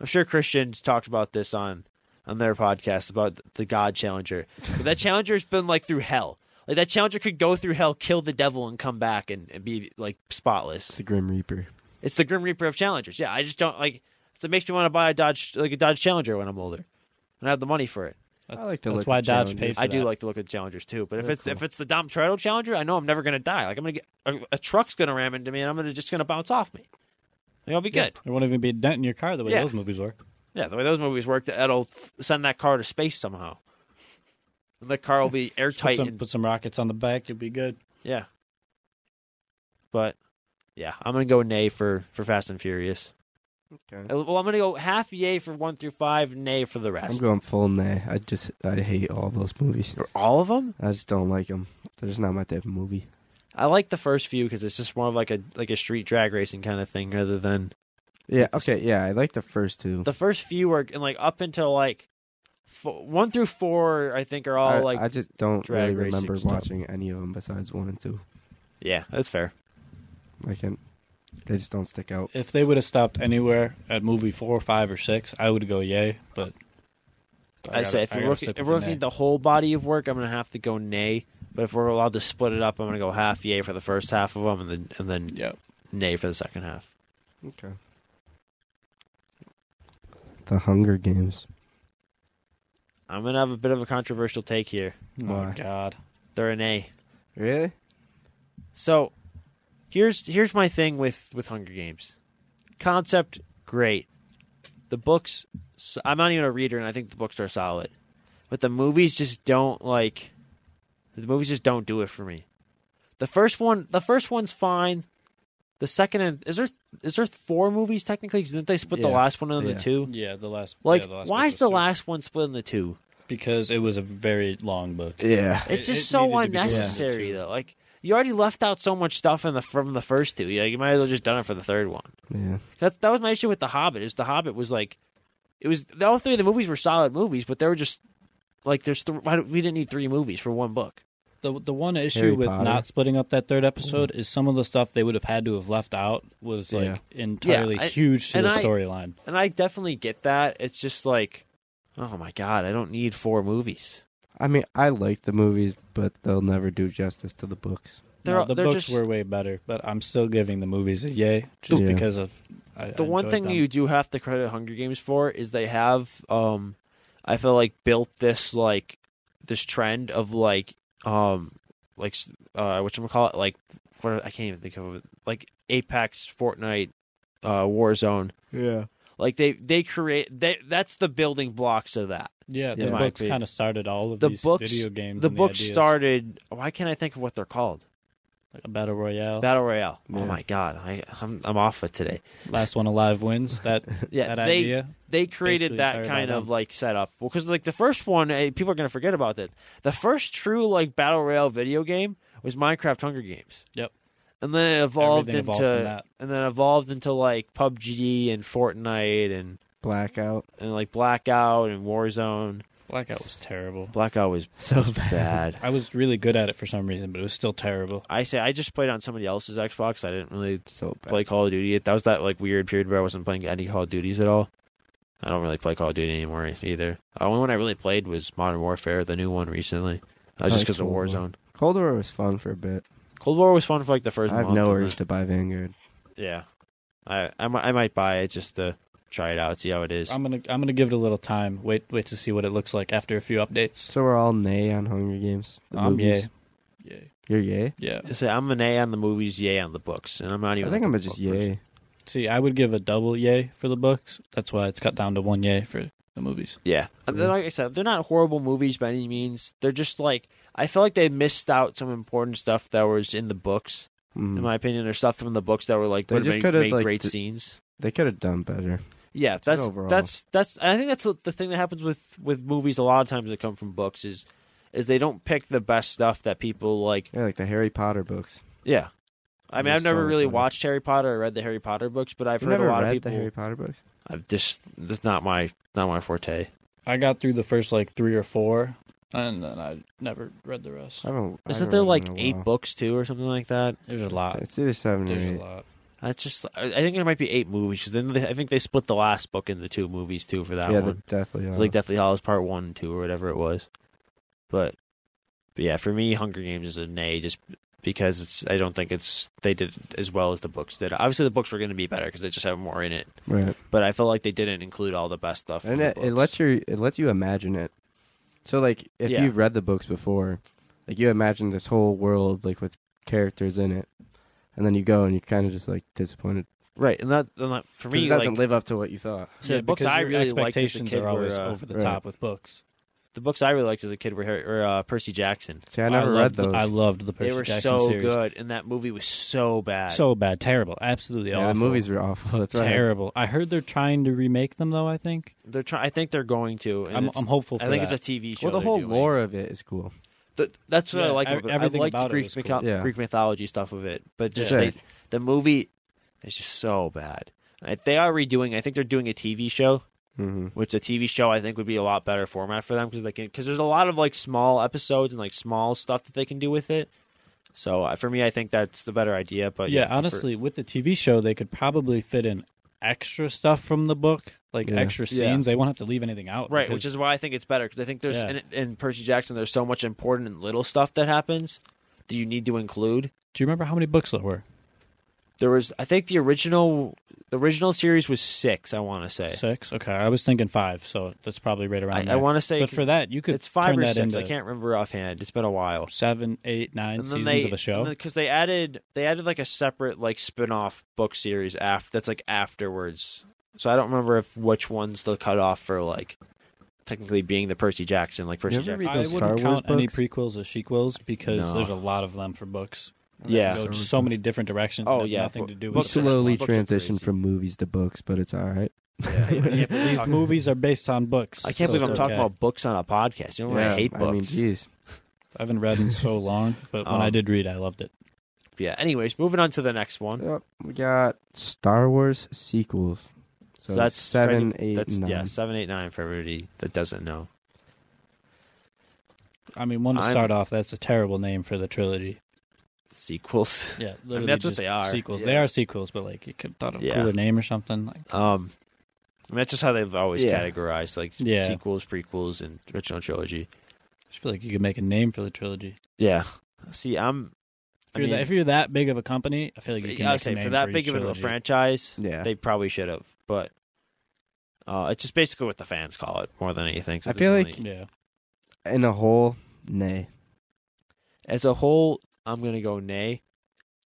Speaker 1: I'm sure Christians talked about this on on their podcast about the God Challenger. But that Challenger's been like through hell. Like that Challenger could go through hell, kill the devil, and come back and, and be like
Speaker 2: It's
Speaker 1: spotless.
Speaker 2: the Grim Reaper.
Speaker 1: It's the Grim Reaper of Challengers. Yeah, I just don't like. So it makes me want to buy a Dodge like a Dodge Challenger when I'm older, and I have the money for it.
Speaker 3: That's,
Speaker 2: I like to
Speaker 3: that's
Speaker 2: look
Speaker 3: why
Speaker 2: at
Speaker 3: Dodge
Speaker 2: challenges.
Speaker 3: paid for
Speaker 1: I do
Speaker 3: that.
Speaker 1: like to look at challengers too, but if
Speaker 2: That's
Speaker 1: it's if it's the Dom Toretto challenger, I know I'm never gonna die. Like I'm gonna get a, a truck's gonna ram into me, and I'm gonna just gonna bounce off me. Like, I'll be
Speaker 3: Yeah,
Speaker 1: good.
Speaker 3: There won't even be a dent in your car the way
Speaker 1: Yeah.
Speaker 3: those movies were.
Speaker 1: Yeah, the way those movies work, that'll f- send that car to space somehow. And the car will be
Speaker 3: Put
Speaker 1: airtight.
Speaker 3: some,
Speaker 1: and,
Speaker 3: put some rockets on the back, you'll be good.
Speaker 1: yeah. But yeah, I'm gonna go nay for for Fast and Furious.
Speaker 2: Okay.
Speaker 1: Uh, Well, I'm gonna go half yay for one through five, nay for the rest.
Speaker 2: I'm going full nay. I just I hate all those movies.
Speaker 1: Or all of them?
Speaker 2: I just don't like them. They're just not my type of movie.
Speaker 1: I like the first few because it's just more of like a like a street drag racing kind of thing, rather than
Speaker 2: Yeah. Okay. Yeah. I like the first two.
Speaker 1: the first few are and like up until like fo- one through four, I think are all
Speaker 2: I,
Speaker 1: like
Speaker 2: I just don't
Speaker 1: drag
Speaker 2: really remember
Speaker 1: racing stuff.
Speaker 2: watching any of them besides one and two.
Speaker 1: yeah, that's fair.
Speaker 2: I can't. They just don't stick out.
Speaker 3: If they would have stopped anywhere at movie four, five, or six, I would go yay. But
Speaker 1: I, say if
Speaker 3: we
Speaker 1: we're looking, if we're looking at the whole body of work, I'm gonna have to go nay. But if we're allowed to split it up, I'm gonna go half yay for the first half of them, and then and then
Speaker 3: yeah,
Speaker 1: nay for the second half.
Speaker 2: Okay. The Hunger Games.
Speaker 1: I'm gonna have a bit of a controversial take here.
Speaker 3: oh
Speaker 2: Why?
Speaker 3: god,
Speaker 1: They're a nay.
Speaker 2: Really?
Speaker 1: So here's here's my thing with with Hunger Games. Concept great. The books s- I'm not even a reader and I think the books are solid. But the movies just don't like the movies just don't do it for me. The first one the first one's fine. The second and is there is there four movies technically? 'Cause Didn't they split the
Speaker 2: Yeah.
Speaker 1: last one into
Speaker 2: Yeah.
Speaker 1: the two?
Speaker 3: yeah, the last
Speaker 1: Like
Speaker 3: yeah, the last
Speaker 1: why
Speaker 3: book
Speaker 1: is
Speaker 3: was
Speaker 1: the
Speaker 3: too-
Speaker 1: last one split into two?
Speaker 3: Because it was a very long book.
Speaker 2: Yeah.
Speaker 1: It's just
Speaker 3: It- it needed
Speaker 1: so
Speaker 3: to be split into
Speaker 1: unnecessary
Speaker 3: two.
Speaker 1: though. Like you already left out so much stuff in the from the first two. Yeah, you might as well just done it for the third one.
Speaker 2: Yeah.
Speaker 1: That that was my issue with The Hobbit. Is The Hobbit was like, it was the- all three of the movies were solid movies, but they were just like there's th- why do, we didn't need three movies for one book.
Speaker 3: The the one issue
Speaker 2: Harry
Speaker 3: with
Speaker 2: Potter.
Speaker 3: not splitting up that third episode is some of the stuff they would have had to have left out was like
Speaker 2: Yeah.
Speaker 3: entirely
Speaker 1: Yeah, I-
Speaker 3: huge to
Speaker 1: and
Speaker 3: the
Speaker 1: I-
Speaker 3: storyline.
Speaker 1: And I definitely get that. It's just like, oh my god, I don't need four movies.
Speaker 2: I mean, I like the movies, but they'll never do justice to the books.
Speaker 1: They're
Speaker 3: No,
Speaker 1: all-
Speaker 3: the
Speaker 1: they're
Speaker 3: books
Speaker 1: just,
Speaker 3: were way better, but I'm still giving the movies a yay just
Speaker 2: Yeah.
Speaker 3: because of I,
Speaker 1: the
Speaker 3: I
Speaker 1: one
Speaker 3: enjoyed
Speaker 1: thing
Speaker 3: them.
Speaker 1: you do have to credit Hunger Games for is they have um I feel like built this like this trend of like um like s- uh what call it like what are- I can't even think of it like Apex Fortnite uh Warzone
Speaker 2: Yeah.
Speaker 1: like they they create they that's the building blocks of that
Speaker 3: Yeah,
Speaker 1: It
Speaker 3: the
Speaker 1: might
Speaker 3: books
Speaker 1: be.
Speaker 3: kind of started all of
Speaker 1: The
Speaker 3: these
Speaker 1: books-
Speaker 3: video games.
Speaker 1: The
Speaker 3: and
Speaker 1: book
Speaker 3: ideas.
Speaker 1: started. Why can't I think of what they're called?
Speaker 3: Like a battle royale.
Speaker 1: Battle Royale.
Speaker 2: Yeah.
Speaker 1: Oh my god, I I'm, I'm off it today.
Speaker 3: Last one alive wins. That
Speaker 1: Yeah,
Speaker 3: that
Speaker 1: they
Speaker 3: idea.
Speaker 1: they created
Speaker 3: Basically
Speaker 1: that
Speaker 3: inspired by
Speaker 1: kind of
Speaker 3: them.
Speaker 1: like setup because like the first one, eh, people are gonna forget about that. The first true like battle royale video game was Minecraft Hunger Games.
Speaker 3: Yep.
Speaker 1: And then it evolved
Speaker 3: Everything evolved
Speaker 1: into
Speaker 3: from that.
Speaker 1: and then evolved into like PUBG and Fortnite and
Speaker 2: Blackout.
Speaker 1: and like Blackout and Warzone.
Speaker 3: Blackout was terrible.
Speaker 1: Blackout was
Speaker 2: So
Speaker 1: bad.
Speaker 3: I was really good at it for some reason, but it was still terrible.
Speaker 1: I say I just played on somebody else's Xbox. I didn't really
Speaker 2: So bad.
Speaker 1: play Call of Duty. That was that like weird period where I wasn't playing any Call of Duties at all. I don't really play Call of Duty anymore either. The only one I really played was Modern Warfare, the new one recently. That was
Speaker 2: I
Speaker 1: just
Speaker 2: like
Speaker 1: because of
Speaker 2: Cold War.
Speaker 1: Warzone.
Speaker 2: Cold War was fun for a bit.
Speaker 1: Cold War was fun for like the first.
Speaker 2: I have
Speaker 1: month
Speaker 2: no
Speaker 1: and
Speaker 2: urge to buy Vanguard.
Speaker 1: then- Yeah, I, I mi- I might buy it just to try it out, see how it is.
Speaker 3: I'm gonna I'm gonna give it a little time. Wait wait to see what it looks like after a few updates.
Speaker 2: So we're all nay on Hunger Games. The
Speaker 3: Um,
Speaker 2: movies.
Speaker 3: yeah, yeah,
Speaker 2: You're yay.
Speaker 3: yeah.
Speaker 1: So I'm an A on the movies, yay on the books, and I'm not even.
Speaker 2: I think
Speaker 1: like
Speaker 2: I'm
Speaker 1: a
Speaker 2: a just
Speaker 1: book person.
Speaker 2: yay.
Speaker 3: See, I would give a double yay for the books. That's why it's cut down to one yay for the movies.
Speaker 1: Yeah. And then,
Speaker 2: Yeah.
Speaker 1: Like I said, they're not horrible movies by any means. They're just like I feel like they missed out some important stuff that was in the books.
Speaker 2: Mm.
Speaker 1: In my opinion, there's stuff from the books that were like
Speaker 2: They
Speaker 1: would've
Speaker 2: just
Speaker 1: made-
Speaker 2: could've,
Speaker 1: made
Speaker 2: like,
Speaker 1: great
Speaker 2: d-
Speaker 1: scenes.
Speaker 2: They could have done better.
Speaker 1: Yeah, that's
Speaker 2: overall.
Speaker 1: that's that's. I think that's the- the thing that happens with with movies. A lot of times that come from books is is they don't pick the best stuff that people like.
Speaker 2: Yeah, like the Harry Potter books.
Speaker 1: Yeah. I mean,
Speaker 2: There's
Speaker 1: I've never
Speaker 2: so
Speaker 1: really
Speaker 2: many.
Speaker 1: watched Harry Potter or read the Harry Potter books, but I've
Speaker 2: You've
Speaker 1: heard
Speaker 2: never
Speaker 1: a lot
Speaker 2: read
Speaker 1: of people.
Speaker 2: the Harry Potter books.
Speaker 1: I've just that's not my not my forte.
Speaker 3: I got through the first like three or four, and then I never read the rest.
Speaker 2: I haven't. I
Speaker 1: Isn't
Speaker 2: haven't
Speaker 1: there
Speaker 2: read them
Speaker 1: like
Speaker 2: in a
Speaker 1: eight
Speaker 2: while.
Speaker 1: books too, or something like that?
Speaker 3: There's a lot.
Speaker 2: It's either seven or
Speaker 3: There's a
Speaker 2: eight.
Speaker 3: lot.
Speaker 1: That's just. I I think there might be eight movies. 'cause then they, I think they split the last book into two movies too for that
Speaker 2: yeah,
Speaker 1: one.
Speaker 2: the Deathly
Speaker 1: It was
Speaker 2: Hallows.
Speaker 1: like Deathly Hollows Part One and Two or whatever it was. But, but yeah, for me, Hunger Games is a nay, just because it's. I don't think it's they did as well as the books did. Obviously, the books were going to be better because they just have more in it.
Speaker 2: right,
Speaker 1: But I felt like they didn't include all the best stuff.
Speaker 2: and it, it lets you it lets you imagine it. So like, if
Speaker 1: Yeah.
Speaker 2: you've read the books before, like you imagine this whole world like with characters in it, and then you go and you're kind of just like disappointed
Speaker 1: right, and that, and that for
Speaker 2: 'Cause
Speaker 1: me
Speaker 2: it doesn't
Speaker 1: like,
Speaker 2: live up to what you thought.
Speaker 1: so
Speaker 3: Yeah,
Speaker 1: the books
Speaker 3: because
Speaker 1: I
Speaker 3: your
Speaker 1: really liked as a
Speaker 3: expectations
Speaker 1: kid
Speaker 3: are always
Speaker 1: were, uh,
Speaker 3: over the
Speaker 2: Right.
Speaker 3: top with books.
Speaker 1: the books I really liked as a kid were Harry, or, uh, Percy Jackson.
Speaker 2: See, I never read
Speaker 3: loved,
Speaker 2: those.
Speaker 3: I loved the Percy
Speaker 1: they were
Speaker 3: Jackson
Speaker 1: so
Speaker 3: series.
Speaker 1: good, and that movie was so bad.
Speaker 3: So bad, terrible, absolutely
Speaker 2: yeah,
Speaker 3: awful.
Speaker 2: the movies were awful. That's right.
Speaker 3: terrible. I heard they're trying to remake them though. I think
Speaker 1: they're trying. I think they're going to. And
Speaker 3: I'm,
Speaker 1: it's-
Speaker 3: I'm hopeful. For
Speaker 1: I think
Speaker 3: that.
Speaker 1: it's a TV show.
Speaker 2: Well, the
Speaker 1: they're
Speaker 2: whole
Speaker 1: doing.
Speaker 2: lore of it is cool.
Speaker 1: Th- that's what I
Speaker 3: Yeah,
Speaker 1: like.
Speaker 3: ev-
Speaker 1: about it. I
Speaker 3: everything
Speaker 1: like the
Speaker 3: about it
Speaker 1: Greek,
Speaker 3: was cool.
Speaker 1: myco-
Speaker 2: Yeah.
Speaker 1: Greek mythology stuff of it, but just
Speaker 2: Sick.
Speaker 1: they, the movie is just so bad. I- They are redoing. I think they're doing a TV show,
Speaker 2: Mhm.
Speaker 1: which a TV show I think would be a lot better format for them because they can because there's a lot of like small episodes and like small stuff that they can do with it. So uh, for me, I think that's the better idea. But
Speaker 3: yeah,
Speaker 1: for-
Speaker 3: honestly, with the TV show, they could probably fit in extra stuff from the book, like
Speaker 2: Yeah.
Speaker 3: extra scenes.
Speaker 1: Yeah.
Speaker 3: They won't have to leave anything out,
Speaker 1: right,
Speaker 3: because
Speaker 1: which is why I think it's better because I think there's
Speaker 3: Yeah.
Speaker 1: in, in Percy Jackson there's so much important little stuff that happens that you need to include.
Speaker 3: Do you remember how many books there were?
Speaker 1: There was, I think, the original the original series was six. I want to say.
Speaker 3: Six. Okay, I was thinking five, so that's probably right around.
Speaker 1: I, I
Speaker 3: there.
Speaker 1: want to say
Speaker 3: but for that, you could
Speaker 1: it's five
Speaker 3: turn
Speaker 1: or
Speaker 3: that
Speaker 1: six.
Speaker 3: into
Speaker 1: I can't remember offhand. It's been a while.
Speaker 3: seven, eight, nine seasons of a show.
Speaker 1: because they added they added like a separate like spin off book series after that's like afterwards. So I don't remember if which one's the cutoff for like technically being the Percy Jackson like Percy
Speaker 2: ever
Speaker 1: Jackson.
Speaker 2: read
Speaker 3: I
Speaker 2: those
Speaker 3: wouldn't
Speaker 2: Star Wars
Speaker 3: count any
Speaker 2: books?
Speaker 3: prequels as sequels because
Speaker 1: No.
Speaker 3: there's a lot of them for books.
Speaker 1: Yeah.
Speaker 3: They go so many different directions.
Speaker 1: Oh,
Speaker 3: and have
Speaker 1: yeah,
Speaker 3: nothing
Speaker 1: bu-
Speaker 3: to do
Speaker 2: We
Speaker 3: with.
Speaker 1: books
Speaker 3: the
Speaker 1: are-
Speaker 2: slowly
Speaker 1: books are
Speaker 2: transition
Speaker 1: crazy.
Speaker 2: from movies to books, but it's all right.
Speaker 1: Yeah, yeah,
Speaker 3: these, these movies are based on books.
Speaker 1: I can't
Speaker 3: so
Speaker 1: believe
Speaker 3: it's
Speaker 1: I'm talking
Speaker 3: okay.
Speaker 1: about books on a podcast. You know, I hate books.
Speaker 2: I mean, jeez.
Speaker 3: I haven't read in so long, but when I
Speaker 1: Um,
Speaker 3: did read, I loved it.
Speaker 1: yeah. Anyways, moving on to the next one.
Speaker 2: Yep, we got Star Wars sequels.
Speaker 1: So
Speaker 2: So,
Speaker 1: that's
Speaker 2: seven,
Speaker 1: Freddy-
Speaker 2: eight,
Speaker 1: that's
Speaker 2: nine.
Speaker 1: yeah, seven, eight, nine for everybody that doesn't know.
Speaker 3: I mean, one to
Speaker 1: I'm-
Speaker 3: start off, that's a terrible name for the trilogy.
Speaker 1: Sequels.
Speaker 3: Yeah, literally
Speaker 1: that's what
Speaker 3: just
Speaker 1: they are.
Speaker 3: Sequels.
Speaker 1: Yeah.
Speaker 3: They are sequels, but like you could have thought of a
Speaker 1: Yeah.
Speaker 3: cooler name or something. Like
Speaker 1: Um, I mean, that's just how they've always
Speaker 2: Yeah.
Speaker 1: categorized like
Speaker 3: Yeah.
Speaker 1: sequels, prequels, and original trilogy.
Speaker 3: I just feel like you could make a name for the trilogy.
Speaker 1: Yeah. See, I'm.
Speaker 3: If you're, that, if you're that big of a company, I feel like you can
Speaker 1: I
Speaker 3: make
Speaker 1: would
Speaker 3: a
Speaker 1: say
Speaker 3: name
Speaker 1: for that
Speaker 3: each
Speaker 1: big of a
Speaker 3: trilogy.
Speaker 1: franchise,
Speaker 2: Yeah.
Speaker 1: they probably should have. But uh, it's just basically what the fans call it more than anything. So
Speaker 2: I
Speaker 1: it
Speaker 2: feel
Speaker 1: doesn't
Speaker 2: like-
Speaker 1: really-
Speaker 3: Yeah,
Speaker 2: In a whole, nay.
Speaker 1: as a whole, I'm gonna go nay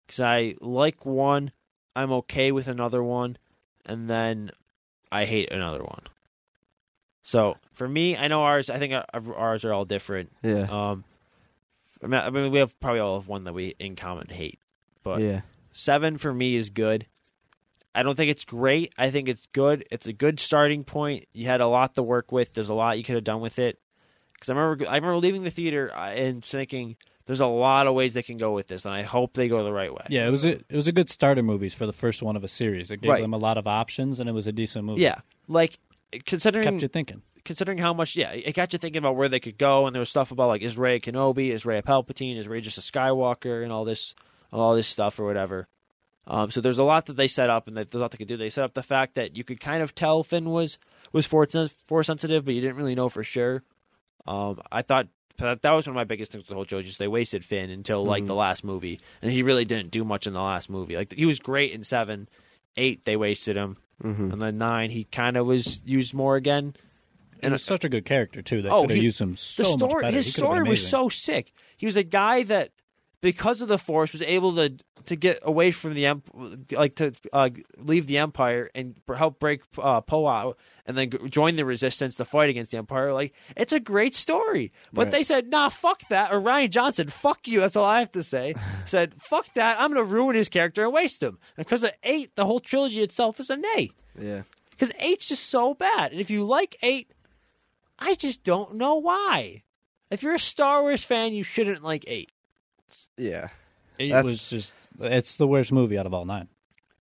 Speaker 1: because I like one, I'm okay with another one, and then I hate another one. So for me, I know ours. I think our- ours are all different.
Speaker 2: Yeah.
Speaker 1: Um, I mean, I mean, we have probably all have one that we in common hate, but
Speaker 2: yeah.
Speaker 1: seven for me is good. I don't think it's great. I think it's good. It's a good starting point. You had a lot to work with. There's a lot you could have done with it. Because I remember, I remember leaving the theater uh, and thinking, "There's a lot of ways they can go with this, and I hope they go the right way."
Speaker 3: Yeah, it was a, it was a good starter movies for the first one of a series. It gave
Speaker 1: Right.
Speaker 3: them a lot of options, and it was a decent movie.
Speaker 1: yeah. Like
Speaker 3: It
Speaker 1: considering
Speaker 3: kept you thinking.
Speaker 1: considering how much, yeah, it got you thinking about where they could go, and there was stuff about like is Ray Kenobi, is Ray a Palpatine, is Ray just a Skywalker, and all this, all this stuff or whatever. Um, so there's a lot that they set up, and that there's a lot they could do. They set up the fact that you could kind of tell Finn was was force force sensitive, but you didn't really know for sure. Um, I thought that that was one of my biggest things with the whole show. is Just they wasted Finn until like the last movie, and he really didn't do much in the last movie. Like he was great in seven, eight they wasted him,
Speaker 2: Mm-hmm.
Speaker 1: and then nine he kind of was used more again.
Speaker 3: And it's such a good character too. They
Speaker 1: Oh,
Speaker 3: could have
Speaker 1: he-
Speaker 3: used him so
Speaker 1: the
Speaker 3: much
Speaker 1: story
Speaker 3: better.
Speaker 1: his
Speaker 3: He could've been
Speaker 1: story was
Speaker 3: amazing.
Speaker 1: so sick. He was a guy that because of the force was able to to get away from the em- like to uh, leave the empire and b- help break uh, Poe out and then g- join the resistance to fight against the empire. Like it's a great story, but
Speaker 2: Right.
Speaker 1: they said, "Nah, fuck that." Or Ryan Johnson, "Fuck you." That's all I have to say. said, "Fuck that." I'm gonna ruin his character and waste him. And because of eight, the whole trilogy itself is a nay.
Speaker 2: Yeah.
Speaker 1: Because eight's just so bad. And if you like eight, I just don't know why. If you're a Star Wars fan, you shouldn't like eight.
Speaker 2: Yeah.
Speaker 3: It
Speaker 2: That's-
Speaker 3: was just it's the worst movie out of all nine.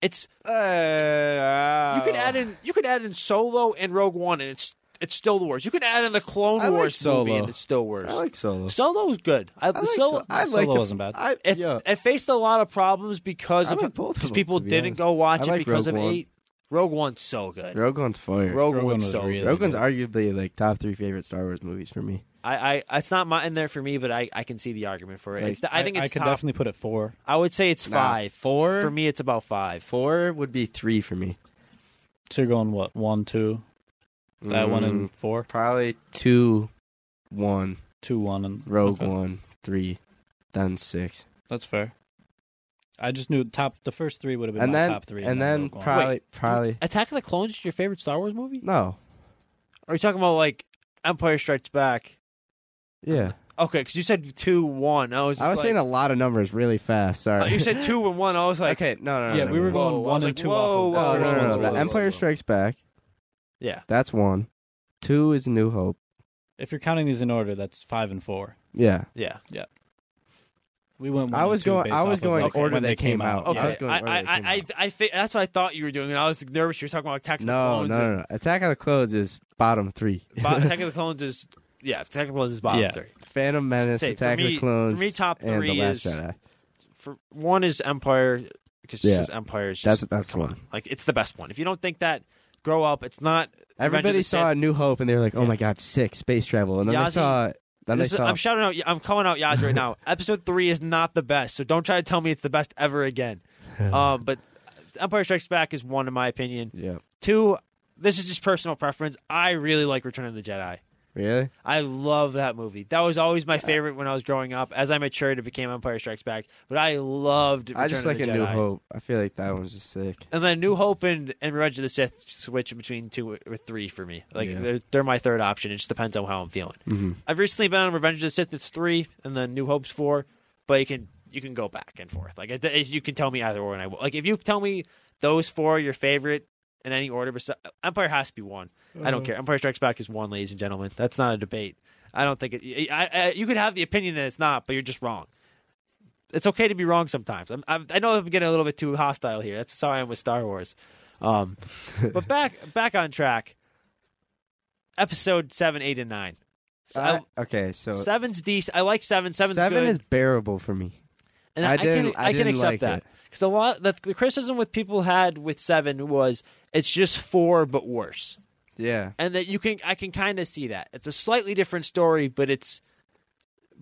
Speaker 1: It's
Speaker 4: Uh,
Speaker 1: you could
Speaker 2: Oh.
Speaker 1: add in you could add in Solo and Rogue One, and it's it's still the worst. You could add in the Clone
Speaker 2: I like
Speaker 1: Wars movie,
Speaker 2: Solo.
Speaker 1: and it's still worse.
Speaker 2: I like solo.
Speaker 1: Solo's good. I,
Speaker 2: I like
Speaker 1: Solo.
Speaker 2: Solo. I
Speaker 3: Solo
Speaker 2: like the-
Speaker 3: wasn't bad.
Speaker 2: I,
Speaker 1: it,
Speaker 2: yeah.
Speaker 1: it faced a lot of problems because
Speaker 2: I
Speaker 1: of
Speaker 2: like both of
Speaker 1: because
Speaker 2: them,
Speaker 1: people
Speaker 2: to be
Speaker 1: didn't
Speaker 2: honest.
Speaker 1: go watch
Speaker 2: I
Speaker 1: it
Speaker 2: like
Speaker 1: because
Speaker 2: Rogue
Speaker 1: of
Speaker 2: One.
Speaker 1: eight. Rogue One's so good. Rogue,
Speaker 2: Rogue One's fire.
Speaker 3: Rogue One
Speaker 1: One's
Speaker 3: was
Speaker 1: so
Speaker 3: really
Speaker 1: good.
Speaker 2: Rogue One's arguably like top three favorite Star Wars movies for me.
Speaker 1: I, I it's not my, in there for me, but I, I can see the argument for it.
Speaker 2: Like,
Speaker 1: it's the, I think
Speaker 3: I
Speaker 1: it's
Speaker 3: could
Speaker 1: top.
Speaker 3: definitely put it four.
Speaker 1: I would say it's five.
Speaker 2: Four
Speaker 1: For me, it's about five.
Speaker 2: Four would be three for me.
Speaker 3: So you're going what one, two, that one, and
Speaker 2: Mm,
Speaker 3: four,
Speaker 2: probably two, one,
Speaker 3: two, one, and
Speaker 2: Rogue
Speaker 3: okay.
Speaker 2: One, three, then six,
Speaker 3: That's fair. I just knew top the first three would have been
Speaker 2: and
Speaker 3: my
Speaker 2: then
Speaker 3: top three,
Speaker 2: and then
Speaker 3: Rogue One.
Speaker 2: probably probably
Speaker 1: Attack of the Clones is your favorite Star Wars movie?
Speaker 2: no,
Speaker 1: Are you talking about like Empire Strikes Back?
Speaker 2: yeah.
Speaker 1: Okay, because you said two one. I was just
Speaker 2: I was
Speaker 1: like,
Speaker 2: saying a lot of numbers really fast. Sorry.
Speaker 1: you said two and one. I was like,
Speaker 2: okay, no, no, no.
Speaker 3: yeah,
Speaker 2: no,
Speaker 3: we
Speaker 2: no.
Speaker 3: were
Speaker 1: Whoa, I
Speaker 3: going
Speaker 1: was
Speaker 3: one
Speaker 1: like,
Speaker 3: and two.
Speaker 1: whoa,
Speaker 3: off
Speaker 2: No,
Speaker 3: of
Speaker 1: whoa,
Speaker 3: the
Speaker 2: no,
Speaker 3: first
Speaker 2: no, no,
Speaker 3: one's
Speaker 1: whoa,
Speaker 3: really
Speaker 2: no.
Speaker 3: good.
Speaker 1: whoa,
Speaker 2: Empire
Speaker 1: whoa.
Speaker 2: Strikes Back.
Speaker 1: Yeah.
Speaker 2: That's one. Two is New Hope.
Speaker 3: If you're counting these in order, that's five and four.
Speaker 2: Yeah.
Speaker 1: yeah.
Speaker 3: We went. One
Speaker 2: I
Speaker 3: and
Speaker 2: was
Speaker 3: two
Speaker 2: going-
Speaker 3: based
Speaker 2: I was
Speaker 3: off of
Speaker 2: going
Speaker 3: like
Speaker 2: order
Speaker 3: when
Speaker 2: they came out.
Speaker 1: Okay,
Speaker 3: Yeah.
Speaker 1: I,
Speaker 2: was going
Speaker 1: I,
Speaker 2: where they
Speaker 1: I,
Speaker 2: came
Speaker 1: I,
Speaker 2: out.
Speaker 1: fi- that's what I thought you were doing, and I was nervous. You were talking about Attack of the
Speaker 2: No, no,
Speaker 1: Clones.
Speaker 2: no, no. Attack of the Clones is bottom three.
Speaker 1: and Bo- Attack of the Clones is yeah. Attack of the Clones is bottom
Speaker 3: Yeah.
Speaker 1: three.
Speaker 2: Phantom Menace,
Speaker 1: Say, for
Speaker 2: Attack of
Speaker 1: me-
Speaker 2: the Clones,
Speaker 1: for me, top
Speaker 2: and
Speaker 1: three
Speaker 2: the Last
Speaker 1: is-
Speaker 2: Jedi.
Speaker 1: For one is Empire because
Speaker 2: Yeah.
Speaker 1: just Empire is
Speaker 2: That's
Speaker 1: just
Speaker 2: that's the one.
Speaker 1: like it's the best one. If you don't think that, grow up. It's not. Revenge of
Speaker 2: Everybody
Speaker 1: the
Speaker 2: saw
Speaker 1: Sith.
Speaker 2: A New Hope and they were like, "Oh
Speaker 1: Yeah.
Speaker 2: my God, six space travel!" And then
Speaker 1: Yazzie-
Speaker 2: they saw, then
Speaker 1: This
Speaker 2: they
Speaker 1: is-
Speaker 2: saw.
Speaker 1: I'm shouting out. I'm calling out Yaz right now. Episode three is not the best, so don't try to tell me it's the best ever again. um, but Empire Strikes Back is one, in my opinion.
Speaker 2: yeah,
Speaker 1: Two, this is just personal preference. I really like Return of the Jedi.
Speaker 2: really?
Speaker 1: I love that movie. That was always my favorite when I was growing up. As I matured, it became Empire Strikes Back. But I loved. Return
Speaker 2: I just
Speaker 1: of
Speaker 2: like
Speaker 1: the
Speaker 2: A
Speaker 1: Jedi.
Speaker 2: New Hope. I feel like that one's just sick.
Speaker 1: And then New Hope and, and Revenge of the Sith switch between two or three for me. Like
Speaker 2: Yeah.
Speaker 1: they're, they're my third option. It just depends on how I'm feeling.
Speaker 2: Mhm.
Speaker 1: I've recently been on Revenge of the Sith. It's three, and then New Hope's four. But you can you can go back and forth. Like it, it- you can tell me either or, and I will. Like if you tell me those four are your favorite in any order, besides Empire has to be one. I
Speaker 2: Mm-hmm.
Speaker 1: don't care. Empire Strikes Back is one, ladies and gentlemen. That's not a debate. I don't think it. I, I, you could have the opinion that it's not, but you're just wrong it's okay to be wrong sometimes. I'm, I'm, I know I'm getting a little bit too hostile here. That's how I am with Star Wars. Um, but back back on track. Episode seven, eight, and nine. So I-
Speaker 2: I- okay, so
Speaker 1: seven's decent. I like seven. Seven's
Speaker 2: seven
Speaker 1: good.
Speaker 2: is bearable for me.
Speaker 1: and
Speaker 2: I
Speaker 1: can
Speaker 2: didn't- I
Speaker 1: I, can
Speaker 2: didn't
Speaker 1: accept
Speaker 2: like
Speaker 1: that
Speaker 2: it.
Speaker 1: because a lot the, the criticism with people had with seven was it's just four but worse,
Speaker 2: Yeah,
Speaker 1: and that you can I can kind of see that it's a slightly different story, but it's